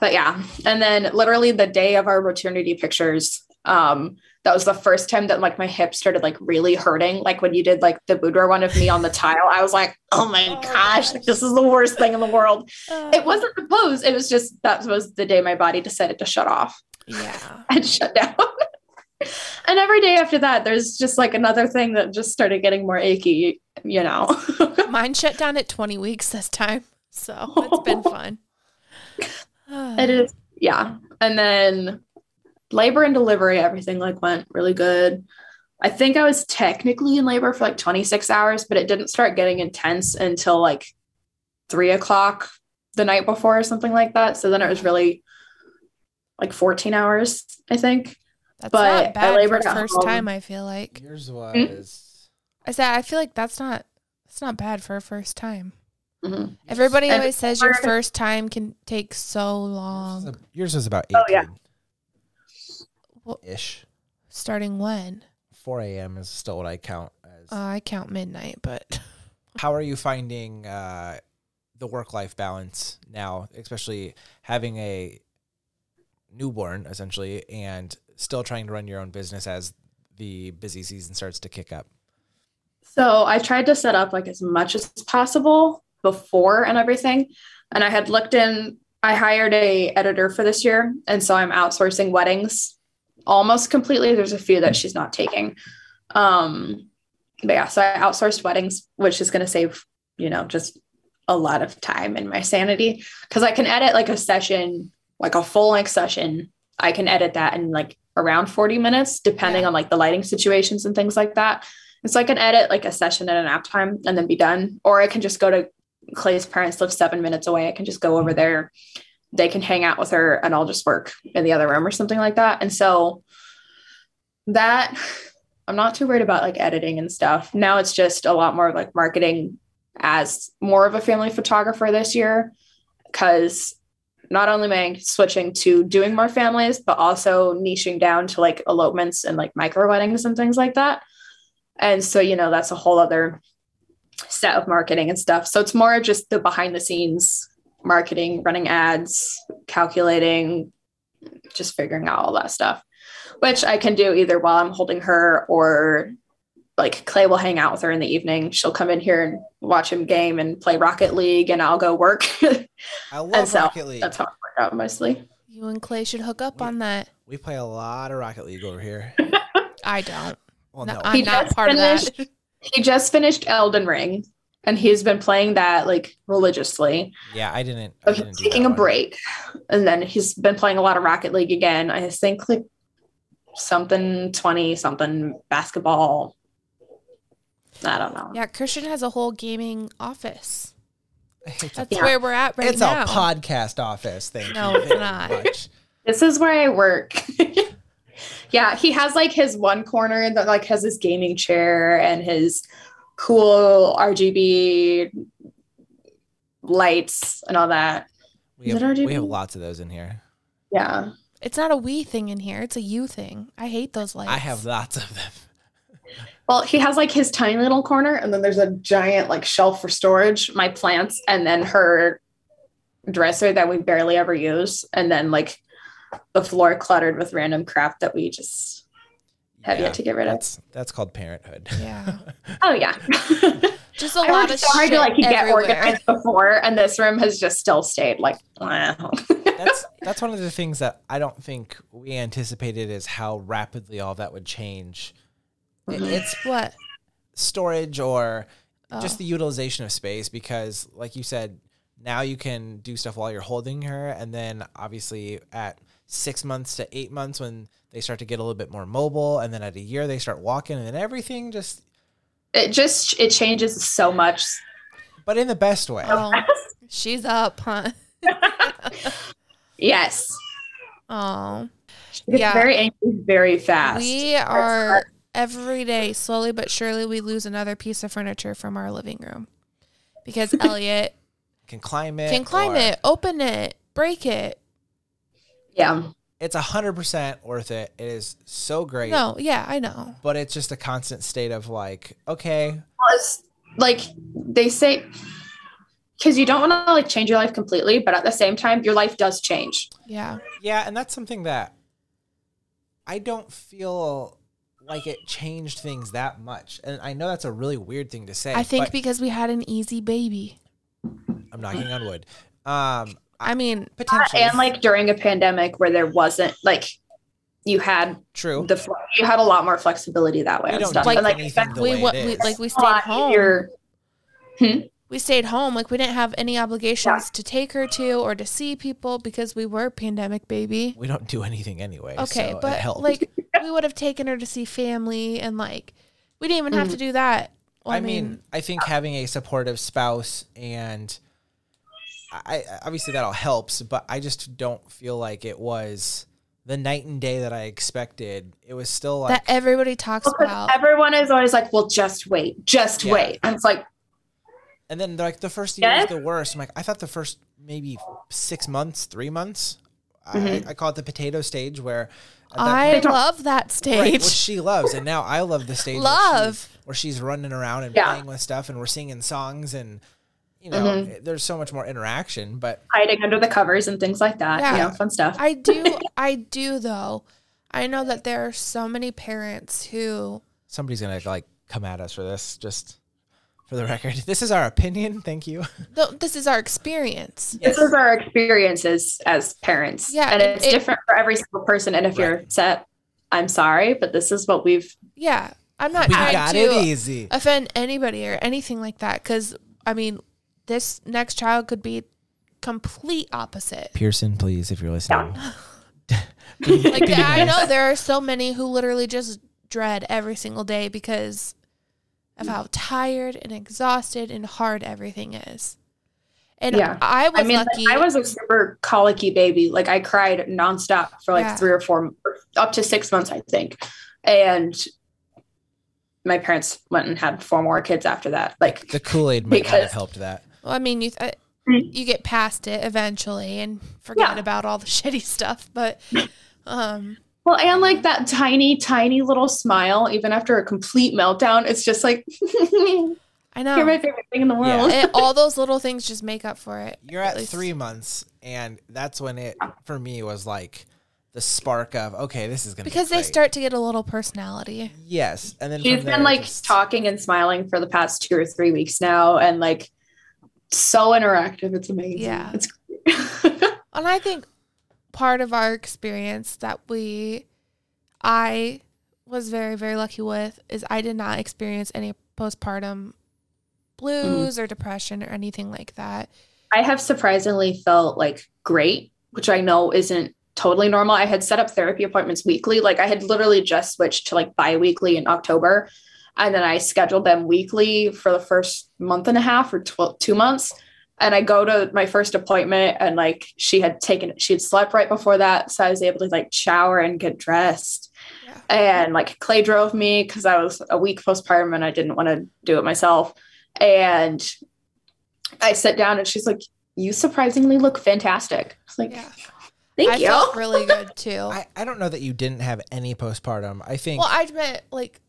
S3: but yeah, and then literally the day of our maternity pictures, um, that was the first time that like my hip started like really hurting. Like when you did like the boudoir one of me on the tile, I was like, oh my
S2: Oh,
S3: gosh,
S2: gosh.
S3: like, this is the worst thing in the world.
S2: Uh,
S3: It wasn't the pose. It was just that was the day my body decided to shut off
S2: Yeah.
S3: and shut down. and every day after that, there's just like another thing that just started getting more achy, you know.
S2: Mine shut down at 20 weeks this time. So it's been fun. Uh,
S3: It is, yeah. And then labor and delivery, everything like went really good. I think I was technically in labor for like 26 hours, but it didn't start getting intense until like three o'clock the night before or something like that. So then it was really like 14 hours, I think.
S2: That's
S3: but I
S2: not bad for
S3: labored at
S2: first
S3: home.
S2: time, I feel like.
S1: Yours
S3: Hmm?
S1: was.
S2: I said I feel like that's not that's not bad for a first time.
S3: Mhm.
S2: Everybody
S3: And-
S2: always says your first time can take so
S1: Yours
S2: long.
S1: was, a- yours was about 18.
S3: Oh, yeah.
S2: Well-
S1: Ish.
S2: Starting when?
S1: 4 a.m. is still what I count as.
S2: Uh, I count midnight, but
S1: How are you finding uh, the work life balance now, especially having a newborn essentially and still trying to run your own business as the busy season starts to kick up?
S3: So I tried to set up like as much as possible before and everything. And I had looked in, I hired a editor for this year. And so I'm outsourcing weddings almost completely. There's a few that she's not taking. Um, but yeah, so I outsourced weddings, which is going to save, you know, just a lot of time and my sanity because I can edit like a session, like a full length session. I can edit that in like around 40 minutes, depending
S2: Yeah.
S3: on like the lighting situations and things like that. And so I can edit like a session at a nap time and then be done. Or I can just go to Clay's parents live seven minutes away. I can just go over there. They can hang out with her and I'll just work in the other room or something like that. And so that I'm not too worried about like editing and stuff. Now it's just a lot more of like marketing as more of a family photographer this year because not only am I switching to doing more families, but also niching down to like elopements and like micro weddings and things like that. And so, you know, that's a whole other set of marketing and stuff. So it's more just the behind the scenes marketing, running ads, calculating, just figuring out all that stuff, which I can do either while I'm holding her or like Clay will hang out with her in the evening. She'll come in here and watch him game and play Rocket League, and I'll go work.
S1: I
S3: and
S1: love
S3: so
S1: Rocket League.
S3: that's how I work out mostly.
S2: You and Clay should hook up
S1: We-
S2: on that.
S1: We play a lot of Rocket League over here.
S2: I don't.
S1: Well,
S2: No,
S1: no,
S2: I'm
S3: He
S2: not
S3: just
S2: part of that.
S3: finished- He just finished Elden Ring, and he's been playing that like religiously.
S1: yeah, I didn't. I
S3: But
S1: didn't
S3: he's
S1: do
S3: taking
S1: that
S3: a
S1: one.
S3: break, and then he's been playing a lot of Rocket League again. I think like something twenty something basketball. I don't know.
S2: Yeah, Christian has a whole gaming office.
S1: I hate to-
S2: That's
S3: Yeah.
S2: where we're at right
S1: it's
S2: now.
S1: a podcast office. Thank
S2: No,
S1: you
S2: it's
S1: very
S2: not.
S1: much.
S3: This is where I work. yeah, he has like his one corner that like has his gaming chair and his cool RGB lights and all that.
S1: We
S3: Is it
S1: have,
S3: already
S1: we have
S3: done?
S1: lots of those in here.
S3: Yeah.
S2: It's not a we thing in here. It's a you thing. I hate those lights.
S1: I have lots of them.
S3: Well, he has like his tiny little corner and then there's a giant like shelf for storage, my plants, and then her dresser that we barely ever use and then like the floor cluttered with random crap that we just have
S1: Yeah,
S3: yet to get rid of.
S1: that's that's called parenthood.
S2: Yeah.
S3: Oh yeah.
S2: Just a
S3: I
S2: lot
S3: worked
S2: of
S3: so hard
S2: shit
S3: to like get
S2: everywhere.
S3: organized before, and this room has just still stayed like wow.
S1: that's that's one of the things that I don't think we anticipated is how rapidly all that would change. I-
S2: Mm-hmm.
S3: Mhm.
S1: It's
S2: What?
S1: storage or
S2: Oh.
S1: just the utilization of space because like you said now you can do stuff while you're holding her and then obviously at six months to eight months when they start to get a little bit more mobile and then at a year they start walking and then everything just
S3: It just it changes so much.
S1: but in the best way
S2: Oh, she's up, huh?
S3: Yes,
S2: Oh.
S3: she gets
S2: Yeah.
S3: very angry very fast.
S2: We are every day, slowly but surely, we lose another piece of furniture from our living room because Elliot
S1: can climb it
S2: can climb
S1: or-
S2: it, open it, break it.
S3: yeah,
S1: it's a hundred percent worth it it is so great
S2: No, yeah, I know.
S1: but it's just a constant state of like okay
S3: Well, it's, like they say, because you don't want to like change your life completely, but at the same time, your life does change.
S2: Yeah.
S1: Yeah, and that's something that I don't feel like it changed things that much. And I know that's a really weird thing to say.
S2: I think
S1: but
S2: because we had an easy baby.
S1: I'm knocking on wood. Um,
S2: I mean,
S1: potentially,
S3: And like during a pandemic where there wasn't like you had
S1: true.
S3: the fl- you had a lot more flexibility that way.
S1: we
S3: and
S1: don't
S3: stuff.
S1: do
S2: Like-
S3: And, like,
S1: anything the
S2: we,
S1: way
S2: wa-
S1: it
S2: we
S1: is.
S2: like we
S3: a
S2: stayed
S3: lot
S2: home.
S3: easier-
S2: we stayed home. Like we didn't have any obligations to take her to or to see people because we were pandemic baby.
S1: we don't do anything anyway.
S2: Okay,
S1: so it
S2: but
S1: helped.
S2: like we would have taken her to see family and like we didn't even have to do that. Well,
S1: Mm.
S2: uh,
S1: I mean, I think having a supportive spouse and I I- obviously that all helps, but I just don't feel like it was the night and day that I expected. It was still like
S2: that everybody talks
S3: Well, 'cause
S2: about.
S3: everyone is always like, well, just wait, just
S1: Yeah.
S3: wait. And it's like,
S1: And then like the first year
S3: Yeah.
S1: is the worst. I'm like, I thought the first maybe six months, three months.
S3: Mm-hmm.
S1: I, I call it the potato stage where at that
S2: I
S1: point-
S2: love that
S1: Right,
S2: stage.
S1: which she loves, and now I love the stage where she-
S2: Love.
S1: where she's running around and
S3: Yeah. Mm-hmm.
S1: playing with stuff, and we're singing songs, and you know, there's so much more interaction. But
S3: hiding under the covers and things like that.
S2: Yeah.
S3: You know, fun stuff.
S2: I do. I do though. I know that there are so many parents who
S1: somebody's gonna like come at us for this, just for the record. This is our opinion. Thank you.
S2: though this is our experience.
S1: Yes.
S3: This is our experiences as parents.
S2: Yeah,
S3: And
S2: and
S3: it's
S2: it-
S3: different for every single person. And if you're
S1: Right.
S3: upset, I'm sorry, but this is what we've
S2: Yeah, I'm not
S1: We
S2: trying
S1: got
S2: to
S1: it easy.
S2: offend anybody or anything like that because I mean, this next child could be complete opposite.
S1: Pearson, please, if you're listening.
S2: Like I know there are so many who literally just dread every single day because of how tired and exhausted and hard everything is. And
S3: Yeah.
S2: I was
S3: I mean, like,
S2: lucky.
S3: I was a super colicky baby. Like I cried nonstop for like
S2: Yeah.
S3: three or four, up to six months, I think. And my parents went and had four more kids after that. Like
S1: The Kool Aid might not have
S3: Because-
S1: helped that.
S2: Well, I mean, you th-
S3: Mm.
S2: you get past it eventually and forget
S3: Yeah.
S2: about all the shitty stuff, but um,
S3: Well, and like that tiny, tiny little smile, even after a complete meltdown, it's just like you're
S2: I know
S3: my favorite thing in the world.
S2: And all those little things just make up for it.
S1: you're
S2: at
S1: at
S2: least.
S1: three months and that's when it for me was like the spark of okay, this is gonna be
S2: because they
S1: great.
S2: start to get a little personality.
S1: Yes, and then from
S3: She's been
S1: there,
S3: like
S1: just-
S3: talking and smiling for the past two or three weeks now, and like so interactive. It's amazing.
S2: Yeah.
S3: it's
S2: And I think part of our experience that we, I was very, very lucky with is I did not experience any postpartum blues
S1: Mm.
S2: or depression or anything like that.
S3: I have surprisingly felt like great, which I know isn't totally normal. I had set up therapy appointments weekly. Like I had literally just switched to like bi-weekly in October. And then I scheduled them weekly for the first month and a half or tw- two months. And I go to my first appointment and like she had taken, she had slept right before that. So I was able to like shower and get dressed.
S2: Yeah.
S3: And like Clay drove me because I was a week postpartum and I didn't want to do it myself. And I sat down and she's like, you surprisingly look fantastic. It's like,
S2: Yeah.
S3: thank
S2: I
S3: you.
S2: felt really good too.
S1: I, I don't know that you didn't have any postpartum. I think
S2: well, I meant like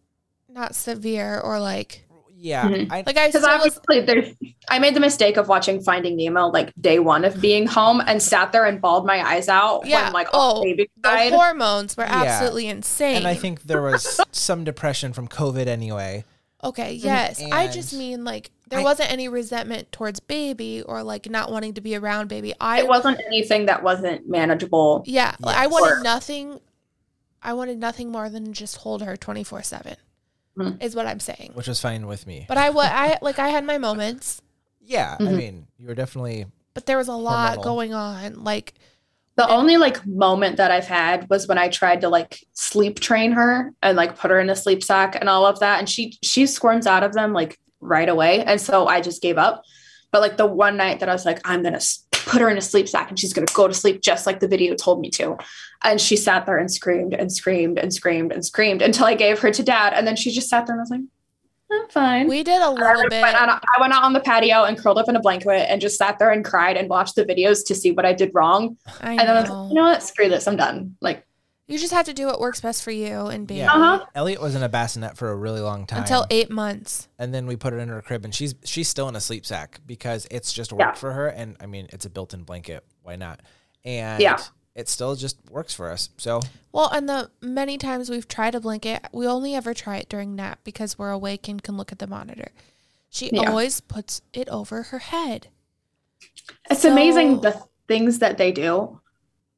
S2: not severe or like
S1: yeah,
S3: Mhm.
S1: I,
S2: like I still
S3: Because
S2: was
S3: obviously, there's, I made the mistake of watching Finding Nemo like day one of being home and sat there and bawled my eyes out
S2: Yeah.
S3: when like
S2: Oh,
S3: all the baby
S2: the
S3: died.
S2: hormones were
S1: Yeah.
S2: absolutely insane.
S1: and I think there was some depression from COVID anyway.
S2: Okay, yes. I just
S1: And-
S2: mean like there
S1: I-
S2: wasn't any resentment towards baby or like not wanting to be around baby. I
S3: it wasn't anything that wasn't manageable.
S2: yeah, like, I
S1: Yes.
S2: wanted
S3: Or-
S2: nothing I wanted nothing more than just hold her 24/7.
S3: Mhm.
S2: Is what I'm saying.
S1: which was fine with me.
S2: But I wa- I like I had my moments,
S1: yeah, I
S3: Mhm.
S1: mean, you were definitely
S2: but there was a lot
S1: Hormonal.
S2: going on like
S3: The only like moment that I've had was when I tried to like sleep train her and like put her in a sleep sack and all of that. And she she squirms out of them like right away. And so I just gave up. But like the one night that I was like, I'm gonna s- put her in a sleep sack and she's gonna go to sleep just like the video told me to. And she sat there and screamed and screamed and screamed and screamed until I gave her to dad. And then she just sat there and was like, I'm fine.
S2: we did a
S3: And I
S2: little bit.
S3: went, out, I went out on the patio and curled up in a blanket and just sat there and cried and watched the videos to see what I did wrong.
S2: I
S3: And then I was
S2: know.
S3: like, you know what? Screw this. I'm done. Like,
S2: You just have to do what works best for you and baby.
S1: Yeah.
S3: uh-huh.
S1: Elliot was in a bassinet for a really long time
S2: Until eight months.
S1: and then we put her in her crib and she's she's still in a sleep sack because it's just worked
S3: Yeah.
S1: for her and I mean it's a built-in blanket why not and
S3: Yeah.
S1: it still just works for us so
S2: Well, and the many times we've tried a blanket, we only ever try it during nap because we're awake and can look at the monitor. She
S3: Yeah.
S2: always puts it over her head.
S3: It's
S2: So-
S3: amazing the things that they do.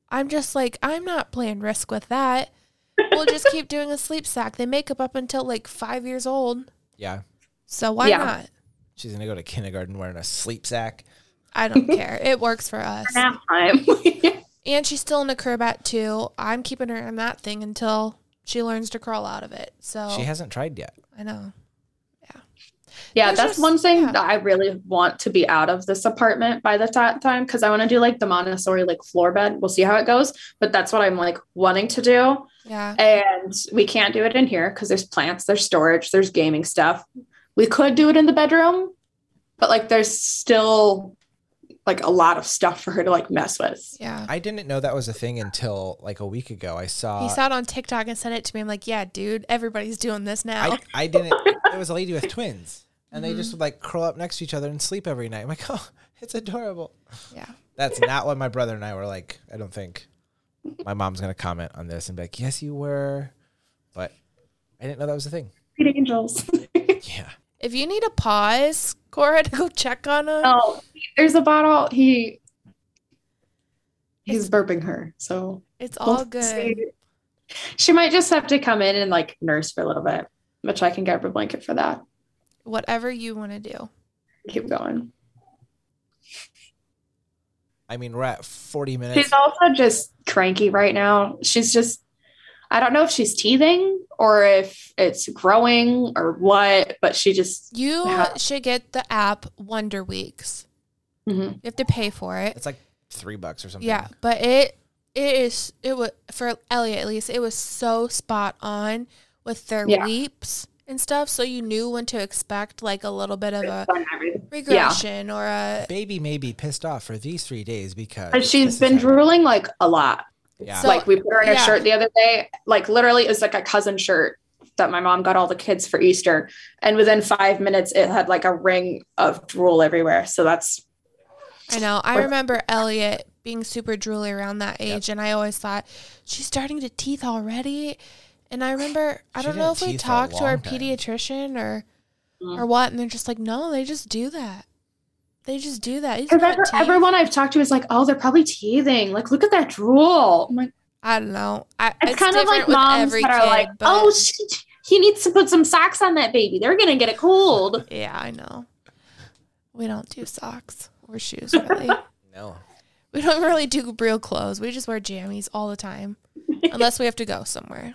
S2: I'm just like, I'm not playing risk with that. We'll just keep doing a sleep sack. They make up up until like five years old.
S1: yeah
S2: So why
S3: Yeah.
S2: not?
S1: she's gonna go to kindergarten wearing a sleep sack
S2: I don't care. It works for us.
S3: Nap time.
S2: And she's still in a crib at two. I'm keeping her in that thing until she learns to crawl out of it. So
S3: Oh.
S1: she hasn't tried yet
S2: I know.
S3: yeah,
S2: There's
S3: that's
S2: just-
S3: one thing
S2: yeah.
S3: that I really want to be out of this apartment by the ti- time because I want to do like the Montessori like floor bed. We'll see how it goes, but that's what I'm like wanting to do.
S2: Yeah.
S3: And we can't do it in here because there's plants, there's storage, there's gaming stuff. We could do it in the bedroom, but like there's still like a lot of stuff for her to like mess with.
S2: Yeah.
S1: I didn't know that was a thing until like a week ago I saw
S2: He saw it on TikTok and sent it to me. I'm like, yeah, dude, everybody's doing this now.
S1: I, I didn't there was a lady with twins and they
S2: Mhm.
S1: just would like curl up next to each other and sleep every night I'm like oh it's adorable
S2: yeah.
S1: That's not what my brother and I were like. I don't think my mom's gonna comment on this and be like, "Yes, you were," but I didn't know that was a thing.
S3: Sweet angels.
S1: Yeah,
S2: If you need a pause, Cora, to go check on him.
S3: Oh, there's a bottle. He he's burping her, so
S2: it's all
S3: we'll
S2: good.
S3: see. She might just have to come in and like nurse for a little bit, which I can get her a blanket for that.
S2: Whatever you want to do.
S3: Keep going.
S1: I mean, we're at forty minutes.
S3: She's also just cranky right now. She's just I don't know if she's teething or if it's growing or what, but she just
S2: You
S3: Yeah.
S2: should get the app Wonder Weeks.
S3: mhm.
S2: You have to pay for it.
S1: It's like three bucks or something.
S2: Yeah, but it it is it was for Elliot at least. It was so spot on with their
S3: Yeah.
S2: leaps and stuff, so you knew when to expect like a little bit of a
S3: done everything.
S2: regression or a
S1: Baby may be pissed off for these three days because
S3: But
S1: this
S3: she's
S1: is
S3: been
S1: happening.
S3: drooling like a lot.
S1: Yeah,
S2: So-
S3: like we put her in a
S2: yeah.
S3: shirt the other day. Like literally, it's like a cousin shirt that my mom got all the kids for Easter, and within five minutes, it had like a ring of drool everywhere. So that's
S2: I know. I
S3: Or-
S2: remember Elliot being super drooly around that age, and I always thought she's starting to teeth already. And I remember I
S1: She
S2: don't know
S1: didn't
S2: if we
S1: teeth for a
S2: talked to our
S1: long time.
S2: pediatrician or
S3: Mm.
S2: or what, and they're just like, no, they just do that. They just do that. It's
S3: Because
S2: not
S3: ever-
S2: teeth."
S3: everyone I've talked to is like, oh, they're probably teething. Like, look at that drool. I'm like,
S2: I don't know. I,
S3: it's, kind of like moms that are like, oh, she, he needs to put some socks on that baby. They're going to get a cold.
S2: yeah, I know. We don't do socks or shoes really.
S1: No.
S2: we don't really do real clothes. We just wear jammies all the time, unless we have to go somewhere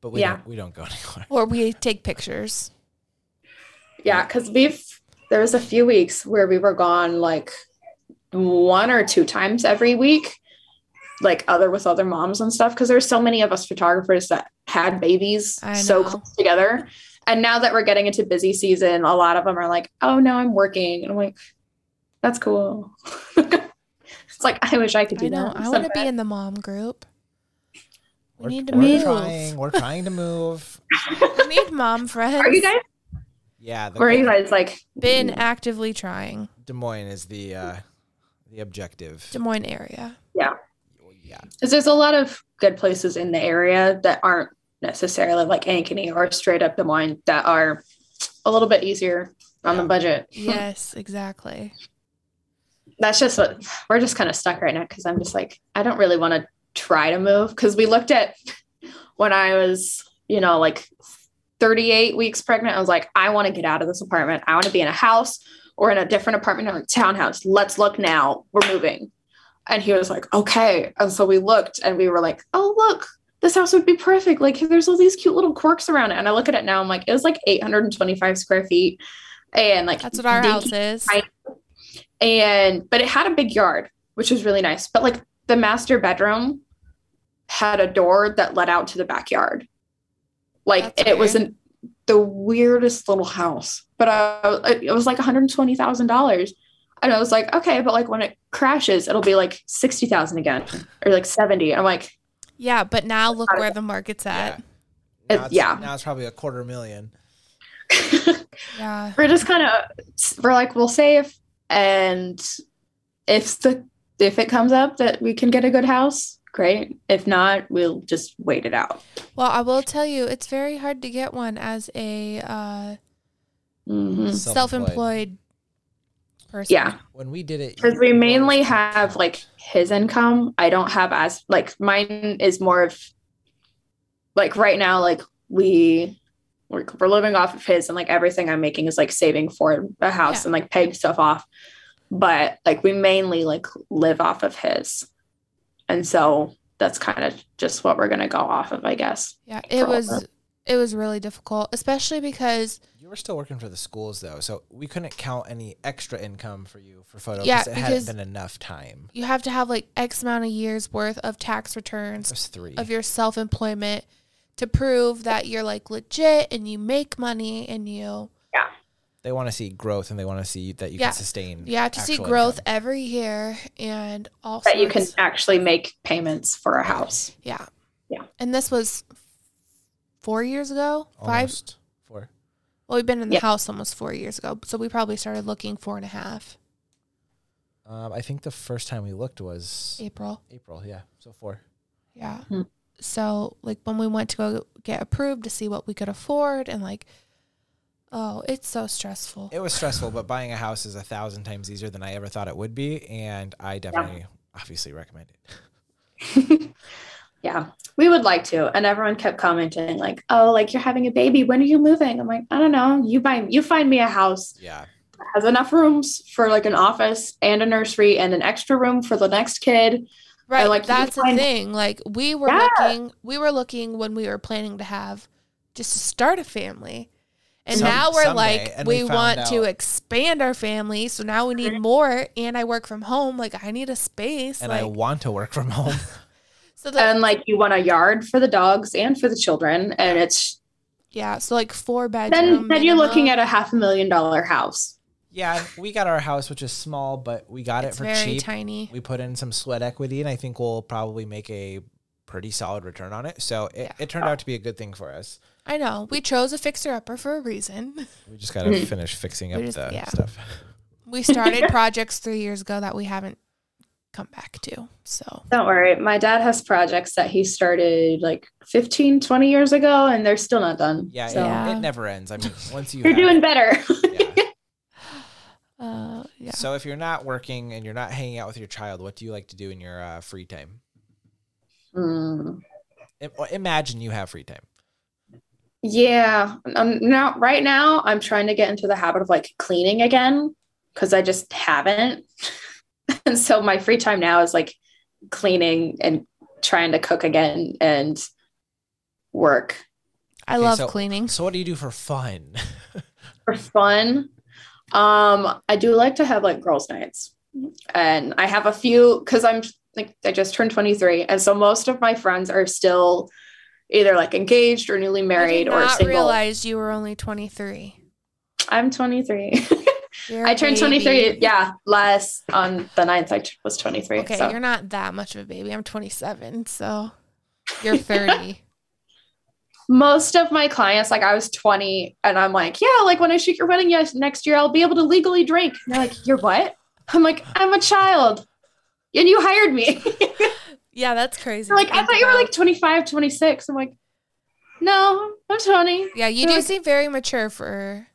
S1: But we
S3: Yeah.
S1: don't, we don't go anywhere.
S2: or we take pictures.
S3: Yeah, because we've, there was a few weeks where we were gone like one or two times every week, like other with other moms and stuff. Because there's so many of us photographers that had babies
S2: I
S3: so
S2: know.
S3: close together. And now that we're getting into busy season, a lot of them are like, oh, no, I'm working. And I'm like, that's cool. it's like, I wish I could do
S2: I know.
S3: that.
S2: I want to be in the mom group. We
S1: We're-
S2: need to
S1: we're
S2: move.
S1: Trying, we're trying to move.
S2: I need mom friends.
S3: Are you guys?
S1: Yeah. The
S3: Or are you guys like?
S2: Been actively trying
S1: Des Moines is the uh, the objective.
S2: Des Moines area.
S1: yeah.
S3: Because there's a lot of good places in the area that aren't necessarily like Ankeny or straight up Des Moines that are a little bit easier on the
S1: Yeah.
S3: budget.
S2: Yes, exactly.
S3: That's just what we're just kind of stuck right now because I'm just like I don't really want to try to move because we looked at when I was you know like 38 weeks pregnant I was like I want to get out of this apartment I want to be in a house or in a different apartment or a townhouse let's look now we're moving and he was like okay and so we looked and we were like oh look this house would be perfect like there's all these cute little quirks around it and I look at it now I'm like it was like 825 square feet and like
S2: That's what our
S3: dinky
S2: house is.
S3: I- and but it had a big yard which was really nice but like the master bedroom had a door that led out to the backyard like
S2: That's
S3: it was
S2: weird.
S3: an, the weirdest little house but I, it was like $120000 and i was like okay but like when it crashes it'll be like 60000 again or like 70 i'm like
S2: Yeah, but now look where the market's at.
S3: It-
S1: Now it's,
S3: yeah.
S1: Now it's probably a quarter million.
S2: Yeah.
S3: we're just kind of we're like we'll save and if the if it comes up that we can get a good house great if not we'll just wait it out
S2: Well, I will tell you, it's very hard to get one as a uh,
S3: Mhm.
S2: self-employed person.
S3: yeah
S1: When we did it,
S3: because we mainly have like his income i don't have as like mine is more of like right now like we we're, we're living off of his and like everything i'm making is like saving for a
S2: Yeah.
S3: house and like paying stuff off but like we mainly like live off of his and so that's kind of just what we're going to go off of i guess
S2: Yeah,
S3: for
S2: it
S3: all
S2: was
S3: that.
S2: it was really difficult, especially because
S1: you were still working for the schools though, so we couldn't count any extra income for you for photos.
S2: Yeah,
S1: it hadn't
S2: because-
S1: been enough time.
S2: you have to have like X amount of years worth of tax
S1: It
S2: returns
S1: was three.
S2: of your self employment to prove that you're like legit and you make money and you
S1: they want to see growth, and they want to see that you
S2: Yeah.
S1: can sustain.
S2: you have to see
S1: Mm, actual
S2: growth
S1: income.
S2: every year and also
S3: that you can actually make payments for a house
S2: yeah
S3: Yeah.
S2: and this was four years ago five
S1: Almost four.
S2: well we've been in the
S3: Yeah.
S2: house almost four years ago so we probably started looking four and a half
S1: Um, I think the first time we looked was
S2: April
S1: April. Yeah, so four.
S2: Yeah.
S3: Mm.
S2: So like when we went to go get approved to see what we could afford and like oh, it's so stressful.
S1: It was stressful, but buying a house is a thousand times easier than I ever thought it would be, and I definitely, obviously recommend it.
S3: yeah we would like to and everyone kept commenting like oh like you're having a baby when are you moving i'm like i don't know you buy you find me a house
S1: Yeah,
S3: that has enough rooms for like an office and a nursery and an extra room for the next kid
S2: right.
S3: like, you
S2: That's the
S3: find-
S2: thing. Like we were
S3: Yeah.
S2: looking we were looking when we were planning to have just to start a family. And
S1: Some-
S2: now we're
S1: someday,
S2: like
S1: and we
S2: we, want
S1: found
S2: to
S1: out-
S2: expand our family, so now we need more and I work from home, like I need a space
S1: and
S2: like
S1: I want to work from home.
S2: so the,
S3: and like you want a yard for the dogs and for the children and it's
S2: yeah, so like four bedrooms.
S3: then then you're looking at a half a million dollar house
S1: yeah, we got our house, which is small, but we got
S2: it's
S1: it for
S2: very
S1: cheap.
S2: tiny.
S1: We put in some sweat equity, and I think we'll probably make a pretty solid return on it. So it,
S2: Yeah.
S1: it turned out to be a good thing for us.
S2: I know. We chose a fixer upper for a reason.
S1: We just got to
S3: Mhm.
S1: finish fixing
S2: We
S1: up
S2: just-
S1: the
S2: yeah.
S1: stuff.
S2: We started projects three years ago that we haven't come back to. So
S3: Don't worry. My dad has projects that he started like 15, 20 years ago, and they're still not done.
S1: Yeah,
S3: So
S2: Yeah.
S1: It, it never ends. I mean, once you
S3: you're
S1: have
S3: doing
S1: it,
S3: better.
S1: yeah.
S2: uh yeah.
S1: So if you're not working and you're not hanging out with your child, what do you like to do in your uh, free time?
S3: Hmm.
S1: I- or Imagine you have free time.
S3: Yeah. Um, now, right now, I'm trying to get into the habit of like cleaning again because I just haven't. and so my free time now is like cleaning and trying to cook again and work
S2: I
S1: Okay,
S2: love
S1: so-
S2: cleaning.
S1: So what do you do for fun?
S3: for fun. Um, I do like to have like girls' nights, and I have a few because I'm like I just turned 23, and so most of my friends are still either like engaged or newly
S2: I did
S3: married or
S2: not
S3: single.
S2: realize you were only 23.
S3: I'm 23.
S2: You're
S3: I
S2: a
S3: turned
S2: baby.
S3: 23. Yeah, last on the 9th, I t- was 23.
S2: Okay,
S3: so
S2: you're not that much of a baby. I'm 27, so you're 30.
S3: most of my clients, like I was 20, and I'm like, yeah, like when I shoot your wedding yes, next year, I'll be able to legally drink. And they're like, you're what? I'm like, I'm a child, and you hired me.
S2: yeah, that's crazy.
S3: They're
S2: to
S3: like, I
S2: think
S3: thought you were
S2: about.
S3: like 25, 26. I'm like, no, I'm 20.
S2: Yeah, you
S3: they're
S2: do
S3: like-
S2: seem very mature for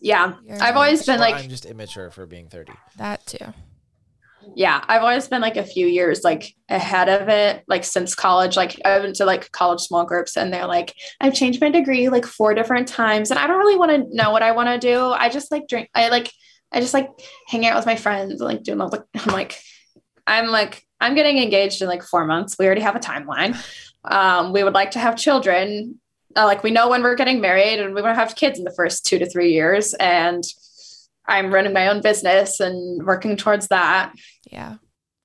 S3: Yeah.
S2: your uh,
S3: I've always been
S1: Or
S3: like,
S1: I'm just immature for being 30.
S2: that too.
S3: yeah, I've always been like a few years like ahead of it, like since college. Like I went to like college small groups and they're like, I've changed my degree like four different times and I don't really want to know what I want to do. I just like drink. I like, I just like hang out with my friends and like doing all the, I'm like, I'm like, I'm getting engaged in like four months. We already have a timeline. Um, we would like to have children. Uh, like we know when we're getting married and we want to have kids in the first two to three years. And I'm running my own business and working towards that.
S2: Yeah.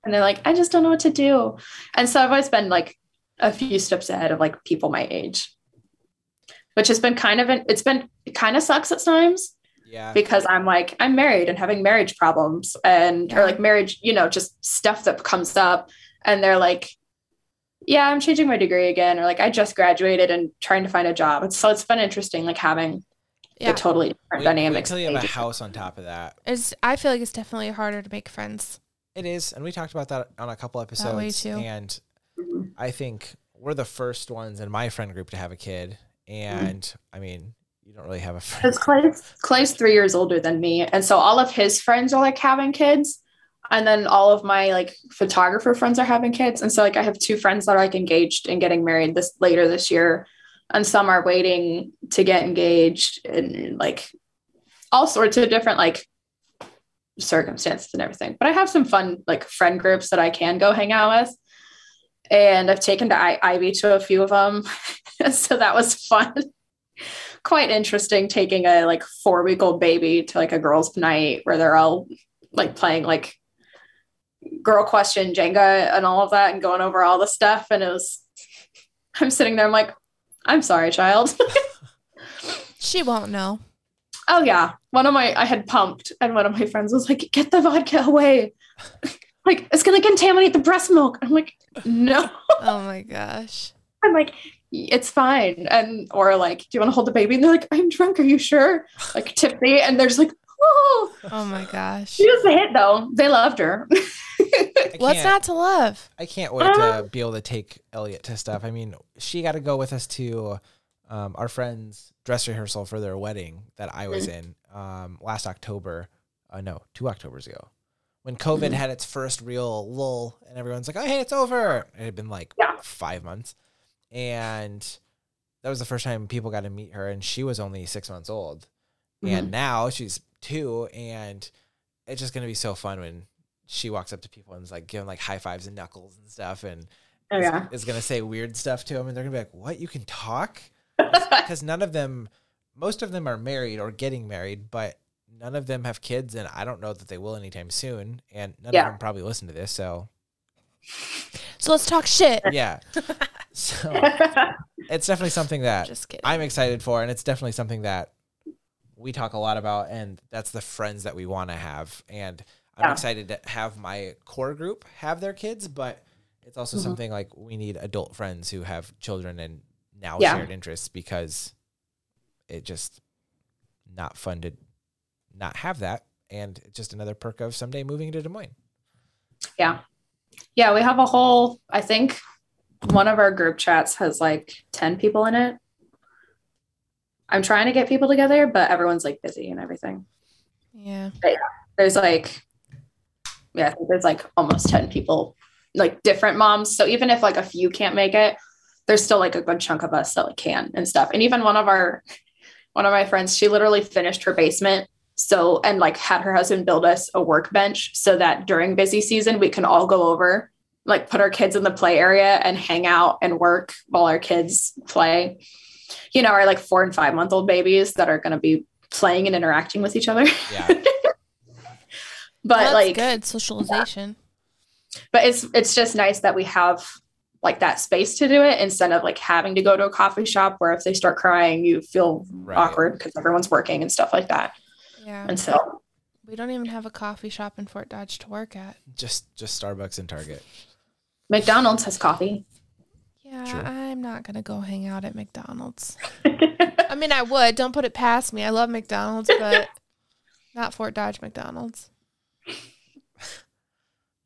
S3: And they're like, I just don't know what to do. And so I've always been like a few steps ahead of like people my age, which has been kind of an, it's been, it kind of sucks at times
S1: Yeah.
S3: because I'm like, I'm married and having marriage problems and, or
S2: Yeah.
S3: like marriage, you know, just stuff that comes up. And they're like, yeah, I'm changing my degree again. Or like, I just graduated and trying to find a job. And so it's been interesting, like having
S2: Yeah.
S3: the totally different
S1: Wait- wait
S3: dynamics.
S1: till you
S3: of
S1: have a
S3: ages.
S1: house on top of that.
S2: It's I feel like it's definitely harder to make friends.
S1: It is, and we talked about that on a couple episodes.
S2: way too.
S1: And
S3: Mhm.
S1: I think we're the first ones in my friend group to have a kid. And I mean, you don't really have a friend.
S3: Because Clay's, Clay's three years older than me. And so all of his friends are like having kids. And then all of my like photographer friends are having kids. And so like I have two friends that are like engaged and getting married this later this year. And some are waiting to get engaged and like all sorts of different like circumstances and everything. But I have some fun like friend groups that I can go hang out with. And I've taken to I- Ivy to a few of them. so that was fun quite interesting taking a like four week old baby to like a girls' night where they're all like playing like girl question Jenga and all of that and going over all the stuff. And it was, I'm sitting there, I'm like, I'm sorry, child.
S2: She won't know.
S3: oh, yeah. One of my, I had pumped, and one of my friends was like, get the vodka away. like, it's going to contaminate the breast milk. I'm like, no.
S2: Oh my gosh.
S3: I'm like, it's fine. And or like, do you want to hold the baby? And they're like, I'm drunk. Are you sure? Like tipsy. And they're just like, oh,
S2: Oh my gosh.
S3: she was a hit though. They loved her.
S1: I
S2: What's
S1: can't-
S2: not to love?
S1: I can't wait to be able to take Elliot to stuff. I mean, she got to go with us to um, our friend's dress rehearsal for their wedding that I was in um, last October. Uh, no, two Octobers ago, when COVID
S3: Mhm.
S1: had its first real lull, and everyone's like, "Oh, hey, it's over." It had been like
S3: Yeah.
S1: five months, and that was the first time people got to meet her, and she was only six months old,
S3: Mm-hmm.
S1: and now she's two, and it's just gonna be so fun when she walks up to people and is like giving like high fives and knuckles and stuff and
S3: Oh,
S1: is,
S3: yeah.
S1: is gonna say weird stuff to them and they're gonna be like what you can talk
S3: yeah.
S1: because none of them most of them are married or getting married but none of them have kids and i don't know that they will anytime soon and none
S3: Yeah.
S1: of them probably listen to this so
S2: So let's talk shit.
S1: yeah so it's definitely something that
S2: Just kidding.
S1: i'm excited for and it's definitely something that we talk a lot about and that's the friends that we want to have and i'm
S3: Yeah.
S1: excited to have my core group have their kids but it's also
S3: Mhm.
S1: something like we need adult friends who have children and now
S3: Yeah.
S1: shared interests because it just not fun to not have that and just another perk of someday moving to Des Moines.
S3: Yeah. Yeah, we have a whole, I think one of our group chats has like 10 people in it. I'm trying to get people together, but everyone's like busy and everything.
S2: Yeah.
S3: There's like, yeah, I think there's like almost 10 people, like different moms. So even if like a few can't make it, there's still like a good chunk of us that like can and stuff. And even one of our, one of my friends, she literally finished her basement. So, and like had her husband build us a workbench so that during busy season, we can all go over like put our kids in the play area and hang out and work while our kids play. You know, our like four and five month old babies that are going to be playing and interacting with each other.
S1: Yeah.
S3: But
S2: Well, that's
S3: like,
S2: good socialization.
S3: but it's it's just nice that we have like that space to do it instead of like having to go to a coffee shop where if they start crying, you feel
S1: Right.
S3: awkward because everyone's working and stuff like that.
S2: Yeah.
S3: And so,
S2: We don't even have a coffee shop in Fort Dodge to work at.
S1: Just just Starbucks and Target.
S3: McDonald's has coffee.
S2: Yeah,
S1: Sure.
S2: I'm not gonna go hang out at McDonald's. I mean, I would. Don't put it past me. I love McDonald's, but not Fort Dodge McDonald's.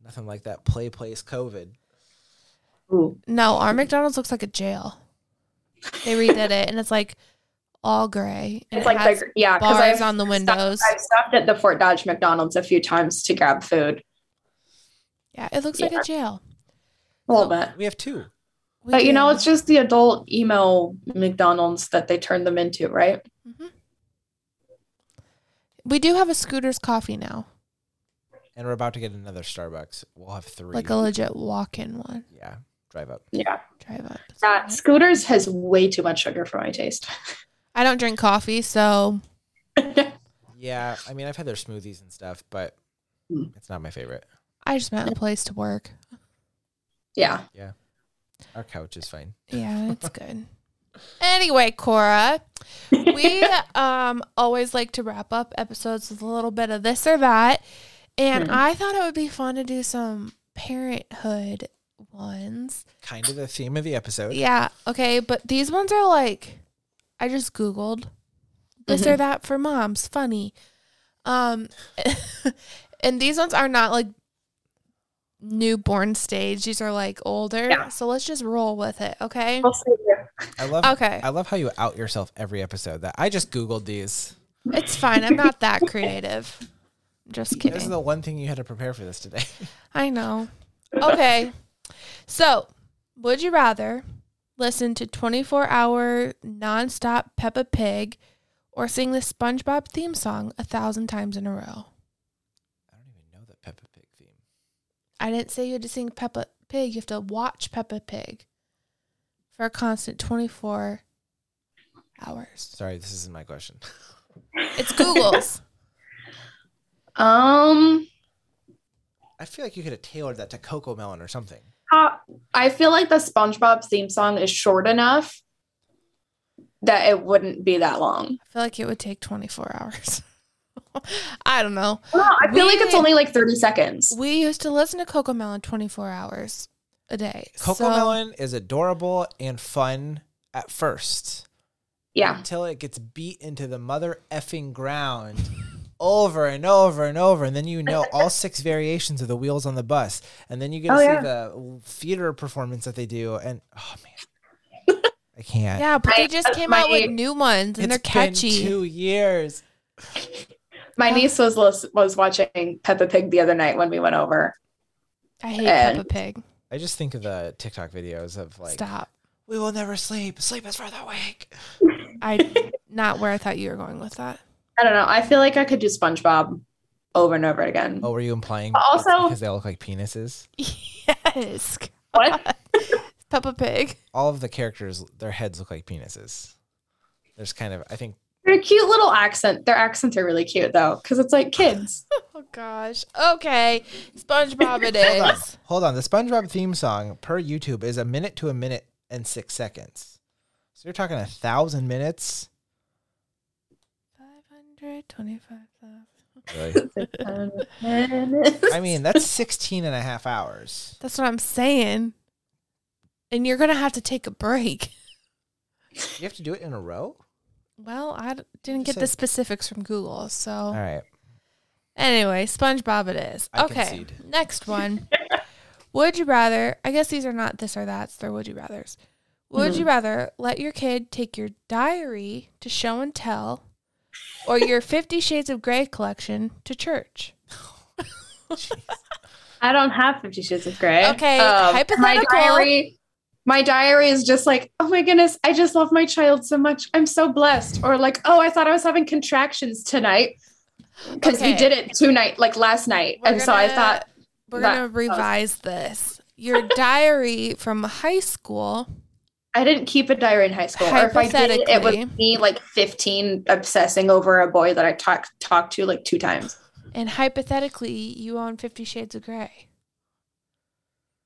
S1: Nothing like that play place COVID.
S3: Ooh.
S2: No, our McDonald's looks like a jail. They redid it, and it's like all gray. And it
S3: It's like,
S2: has
S3: the, yeah, because
S2: bars
S3: I've,
S2: on the windows.
S3: I've stopped at the Fort Dodge McDonald's a few times to grab food.
S2: Yeah, it looks like
S3: Yeah.
S2: a jail.
S3: A little bit.
S1: We have two.
S2: We
S3: But you know,
S2: do.
S3: it's just the adult emo McDonald's that they turned them into, right?
S2: Mhm. we do have a Scooter's coffee now,
S1: And we're about to get another Starbucks. We'll have three.
S2: like a legit walk-in one.
S1: yeah. Drive up.
S3: Yeah.
S2: Drive up. It's
S3: That
S2: alright.
S3: Scooters has way too much sugar for my taste.
S2: I don't drink coffee, so
S1: Yeah. I mean I've had their smoothies and stuff, but
S3: Mm.
S1: it's not my favorite.
S2: I just met a place to work.
S3: yeah.
S1: Our couch is fine.
S2: Yeah, it's good. Anyway, Cora, we um always like to wrap up episodes with a little bit of this or that. And
S3: Hmm.
S2: I thought it would be fun to do some parenthood ones.
S1: Kind of the theme of the episode.
S2: Yeah, okay, but these ones are like I just googled this
S3: Mm-hmm.
S2: or that for moms, funny. Um and these ones are not like newborn stage. These are like older.
S3: Yeah.
S2: So let's just roll with it, okay?
S1: I love
S2: Okay.
S1: I love how you out yourself every episode that I just Googled these.
S2: It's fine. I'm not that creative. Just
S1: This is
S2: kidding.
S1: the one thing you had to prepare for this today.
S2: I know. Okay. So, would you rather listen to 24 hour nonstop Peppa Pig or sing the SpongeBob theme song a thousand times in a row?
S1: I don't even know the Peppa Pig theme.
S2: I didn't say you had to sing Peppa Pig. You have to watch Peppa Pig for a constant 24 hours.
S1: Sorry, this isn't my question.
S2: It's Google's.
S3: Um,
S1: I feel like you could have tailored that to Coco Melon or something.
S3: uh, I feel like the SpongeBob theme song is short enough that it wouldn't be that long.
S2: I feel like it would take 24 hours. I don't know.
S3: Well, I feel like it's
S2: We-
S3: only like 30 seconds.
S2: We used to listen to Coco Melon 24 hours a day.
S1: Coco
S2: So-
S1: Melon is adorable and fun at first
S3: Yeah.
S1: until it gets beat into the mother effing ground over and over and over. And then you know all six variations of the wheels on the bus. And then you get to
S3: Oh,
S1: see
S3: yeah.
S1: the theater performance that they do. And oh, man, I can't.
S2: Yeah, but they
S3: I-
S2: just came
S3: my-
S2: out with new ones and
S1: It's
S2: they're catchy.
S1: been two years.
S3: My niece was lis- was watching Peppa Pig the other night when we went over.
S2: I hate
S3: and-
S2: Peppa Pig.
S1: I just think of the TikTok videos of like,
S2: Stop.
S1: we will never sleep. Sleep is for the awake.
S2: I not where I thought you were going with that.
S3: I don't know. I feel like I could do SpongeBob over and over again.
S1: Oh, were you implying
S3: But
S1: it's
S3: also-
S1: because they all look like penises?
S2: Yes.
S3: What?
S2: Peppa Pig.
S1: All of the characters, their heads look like penises. There's kind of, I think,
S3: They're a cute little accent. Their accents are really cute though, because it's like kids.
S2: Oh gosh. Okay. SpongeBob it
S1: Hold on.
S2: is.
S1: hold on. The SpongeBob theme song per YouTube is a minute to a minute and six seconds. So you're talking a thousand minutes.
S2: Five hundred twenty-five thousand.
S1: Really? I
S3: I
S1: mean, that's 16 and a half hours.
S2: That's what I'm saying. And you're gonna have to take a break.
S1: You have to do it in a row?
S2: Well, I d- didn't
S1: Just
S2: get the
S1: said-
S2: Oh. specifics from Google, so
S1: All right.
S2: Anyway, SpongeBob it is.
S1: I
S2: okay.
S1: concede.
S2: Next one. would you rather? I guess these are not this or that's. They're would you rather's. Would
S1: Hmm.
S2: you rather let your kid take your diary to show and tell or your 50 Shades of Grey collection to church?
S1: Jeez.
S3: I don't have Fifty Shades of Grey. Um,
S2: Okay,
S3: My
S2: hypothetical.
S3: diary, my diary is just like, oh my goodness, I just love my child so much. I'm so blessed. Or like, oh, I thought I was having contractions tonight because
S2: Okay.
S3: we did it two night, like last night,
S2: We're
S3: and so I
S2: gonna-
S3: thought,
S2: We're
S3: that-
S2: going to revise this. Your diary from high school.
S3: I didn't keep a diary in high school. Or if I did, it
S2: Hypothetically.
S3: was me like 15 obsessing over a boy that I talked talked to like two times.
S2: And hypothetically, you own Fifty Shades of Grey.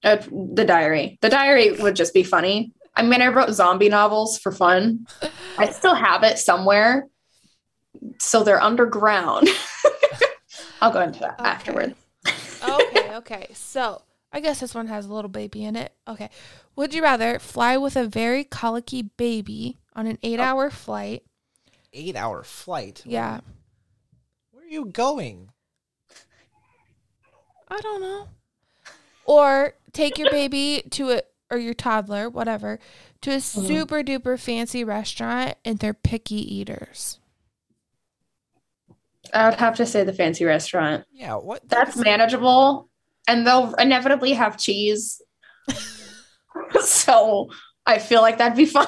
S3: Uh, the diary. The diary would just be funny. I mean, I wrote zombie novels for fun. I still have it somewhere. So they're underground. I'll go into that
S2: Okay.
S3: afterward.
S2: okay, okay. So I guess this one has a little baby in it. Okay. Would you rather fly with a very colicky baby on an eight hour flight?
S1: Eight hour flight.
S2: Yeah.
S1: Where are you going?
S2: I don't know. Or take your baby to a or your toddler, whatever, to a super duper fancy restaurant and they're picky eaters.
S3: I would have to say the fancy restaurant.
S1: Yeah. What?
S3: That's manageable. And they'll inevitably have cheese. so I feel like that'd be fine.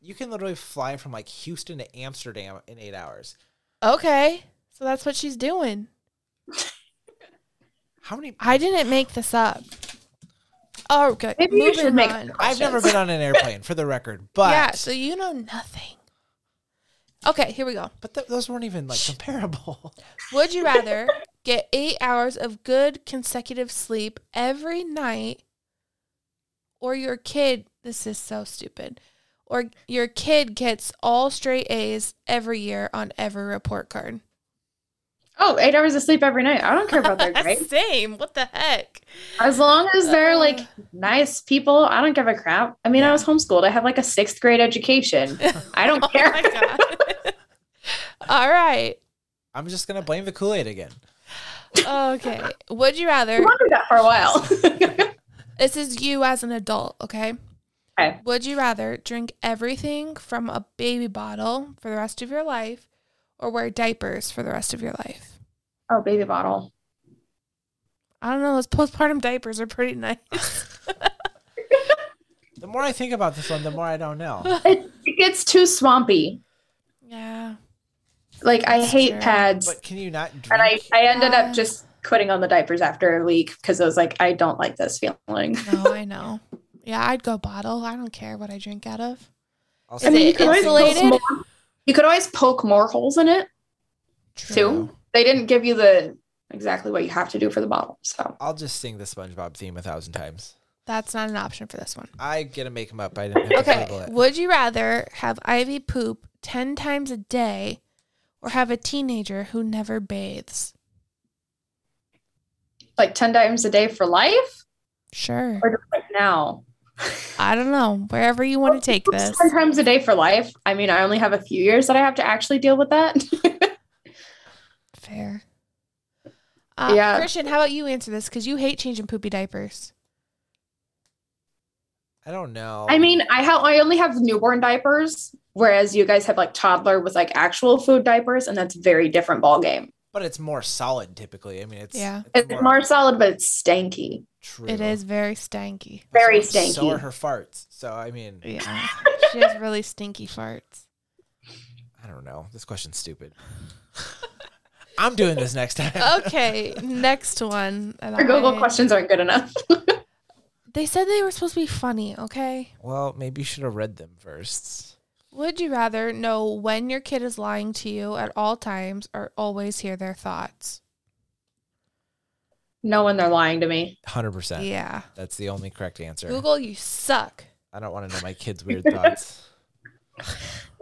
S1: You can literally fly from like Houston to Amsterdam in eight hours.
S2: Okay. So that's what she's doing.
S1: How many?
S2: I didn't make this up. Oh, okay.
S3: Maybe you should
S2: Moving
S3: make
S2: on.
S1: I've never been on an airplane, for the record. But
S2: Yeah, so you know nothing. Okay, here we go.
S1: but th- those weren't even like comparable.
S2: Would you rather get eight hours of good consecutive sleep every night or your kid, this is so stupid, or your kid gets all straight A's every year on every report card?
S3: Oh, eight hours of sleep every night. I don't care about their grades.
S2: Same. What the heck?
S3: As long as they're
S2: Uh.
S3: like nice people, I don't give a crap. I mean, I was homeschooled. I have like a sixth grade education. I don't
S2: Oh
S3: care.
S2: my God. all right.
S1: I'm just gonna blame the Kool Aid again.
S2: Okay. Would you
S3: I
S2: rather?
S3: wondered that for a while.
S2: This is you as an adult, okay?
S3: Okay.
S2: Would you rather drink everything from a baby bottle for the rest of your life or wear diapers for the rest of your life?
S3: oh, baby bottle.
S2: I don't know. Those postpartum diapers are pretty nice.
S1: The more I think about this one, the more I don't know.
S3: It, it gets too swampy.
S2: yeah.
S3: Like I
S2: That's
S3: hate
S2: true.
S3: pads,
S1: But can you not drink?
S3: and I I ended
S2: Yeah.
S3: up just quitting on the diapers after a week because I was like, I don't like this feeling.
S2: No, I know. Yeah, I'd go bottle. I don't care what I drink out of.
S1: I'll
S2: And
S1: say-
S2: then you
S1: I'll
S2: could
S1: say-
S2: always
S3: poke
S2: insulated?
S3: more, you could always poke more holes in it too. They didn't give you the exactly what you have to do for the bottle, so.
S1: I'll just sing the SpongeBob theme a thousand times.
S2: That's not an option for this one.
S1: I get to make them up. I didn't have to Google
S2: Okay.
S1: it.
S2: Would you rather have Ivy poop 10 times a day or have a teenager who never bathes?
S3: like 10 times a day for life
S2: Sure.
S3: or just like now?
S2: I don't know. Wherever you want to take this.
S3: 10 times a day for life. I mean, I only have a few years that I have to actually deal with that.
S2: Fair. Uh,
S3: Yeah.
S2: Christian, how about you answer this? Because you hate changing poopy diapers.
S1: I don't know.
S3: I mean, I have I only have newborn diapers, whereas you guys have like toddler with like actual food diapers, and that's a very different ballgame.
S1: but it's more solid typically. I mean, it's
S2: Yeah.
S3: It's more solid, but it's stanky.
S1: true.
S2: It is very stanky.
S3: very
S1: So- So
S3: stanky.
S1: are her farts. So I mean,
S2: Yeah. she has really stinky farts.
S1: I don't know. This question's stupid. I'm doing this next time.
S2: Okay, next one. And
S3: Our Google
S2: I-
S3: questions aren't good enough.
S2: They said they were supposed to be funny, okay?
S1: Well, maybe you should have read them first.
S2: Would you rather know when your kid is lying to you at all times or always hear their thoughts?
S3: No one, they're lying to me.
S1: Hundred percent.
S2: Yeah.
S1: That's the only correct answer.
S2: Google, you suck.
S1: I don't want to know my kids' weird thoughts.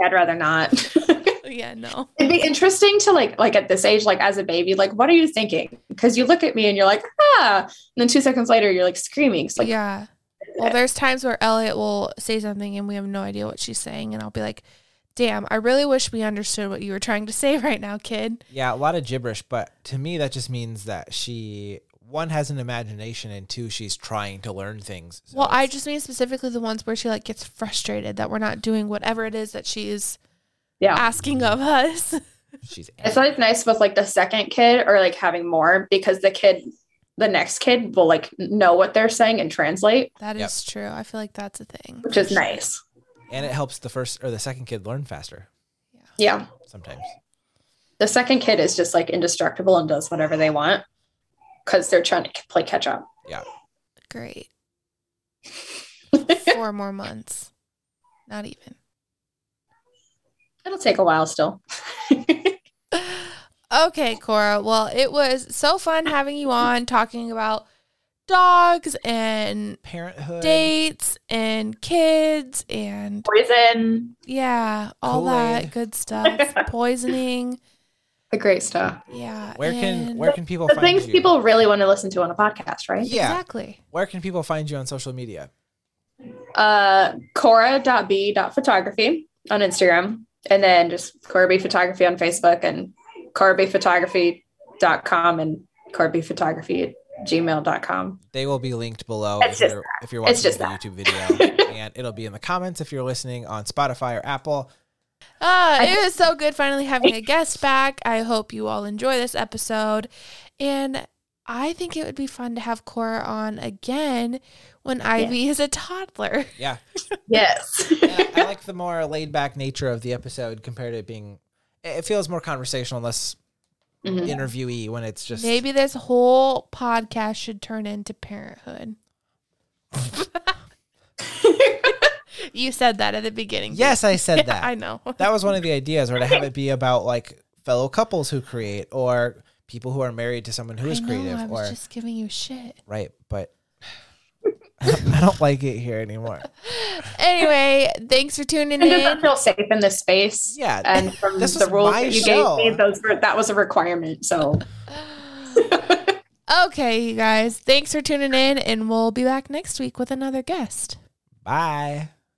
S3: I'd rather not. It'd
S2: Yeah, no.
S3: be interesting to like like at this age, like as a baby, like what are you thinking? Because you look at me and you're like, ah, and then two seconds later you're like screaming. It's like
S2: yeah. Well, there's times where Elliot will say something and we have no idea what she's saying, and I'll be like, Damn, I really wish we understood what you were trying to say right now, kid.
S1: Yeah, a lot of gibberish, but to me, that just means that she one has an imagination, and two, she's trying to learn things. So
S2: well, I
S1: it's-
S2: just mean specifically the ones where she like gets frustrated that we're not doing whatever it is that she's
S3: Yeah.
S2: asking of us.
S1: she's
S3: It's always nice with like the second kid or like having more because the kid, the next kid will like know what they're saying and translate,
S2: That is
S1: Yep.
S2: true. I feel like that's a thing.
S3: which is nice.
S1: and it helps the first or the second kid learn faster
S3: Yeah.
S1: sometimes.
S3: The second kid is just like indestructible and does whatever they want because they're trying to k- play catch up.
S2: Great. Four more months. Not even.
S3: It'll take a while still.
S2: Okay, Cora. Well, it was so fun having you on talking about dogs and
S1: Parenthood,
S2: dates and kids and
S3: Poison,
S2: yeah, all
S1: Kool-Aid.
S2: that good stuff. Poisoning.
S3: the great stuff.
S2: Yeah.
S1: where can
S2: and-
S1: where can people
S3: The
S1: find
S3: things
S1: you?
S3: people really want to listen to on a podcast, right?
S1: yeah,
S2: Exactly.
S1: where can people find you on social media?
S3: Uh, Cora.b.photography on Instagram, and then just Cora B Photography on Facebook and CoraBphotography.com and CoraBphotography at gmail.com.
S1: They will be linked below
S3: It's
S1: if,
S3: just
S1: you're, if you're
S3: It's
S1: watching
S3: just
S1: the
S3: that.
S1: YouTube video, and it'll be in the comments if you're listening on Spotify or Apple.
S2: Ah,
S3: I
S2: it was so good finally having a guest back. I hope you all enjoy this episode. And I think it would be fun to have Cora on again when Ivy is a toddler.
S1: Yeah,
S3: Yes.
S1: Yeah, I like the more laid back nature of the episode compared to it being. It it feels more conversational, less
S3: Mhm.
S1: interviewee when it's just
S2: Mm. Maybe this whole podcast should turn into parenthood. you said that at the beginning.
S1: Yes, I said
S2: Yeah,
S1: that.
S2: I know.
S1: that was one of the ideas, or to have it be about like fellow couples who create, or people who are married to someone who is
S2: I know, I
S1: creative,
S2: was
S1: or
S2: just giving you shit.
S1: right. But I don't like it here anymore.
S2: Anyway, thanks for tuning
S3: And does that
S2: in.
S3: feel safe in this space?
S1: Yeah,
S3: And from
S1: This
S3: the
S1: was
S3: rules
S1: my
S3: that you
S1: show.
S3: gave me, those were, that was a requirement. So
S2: okay, you guys, thanks for tuning in, and we'll be back next week with another guest.
S1: bye.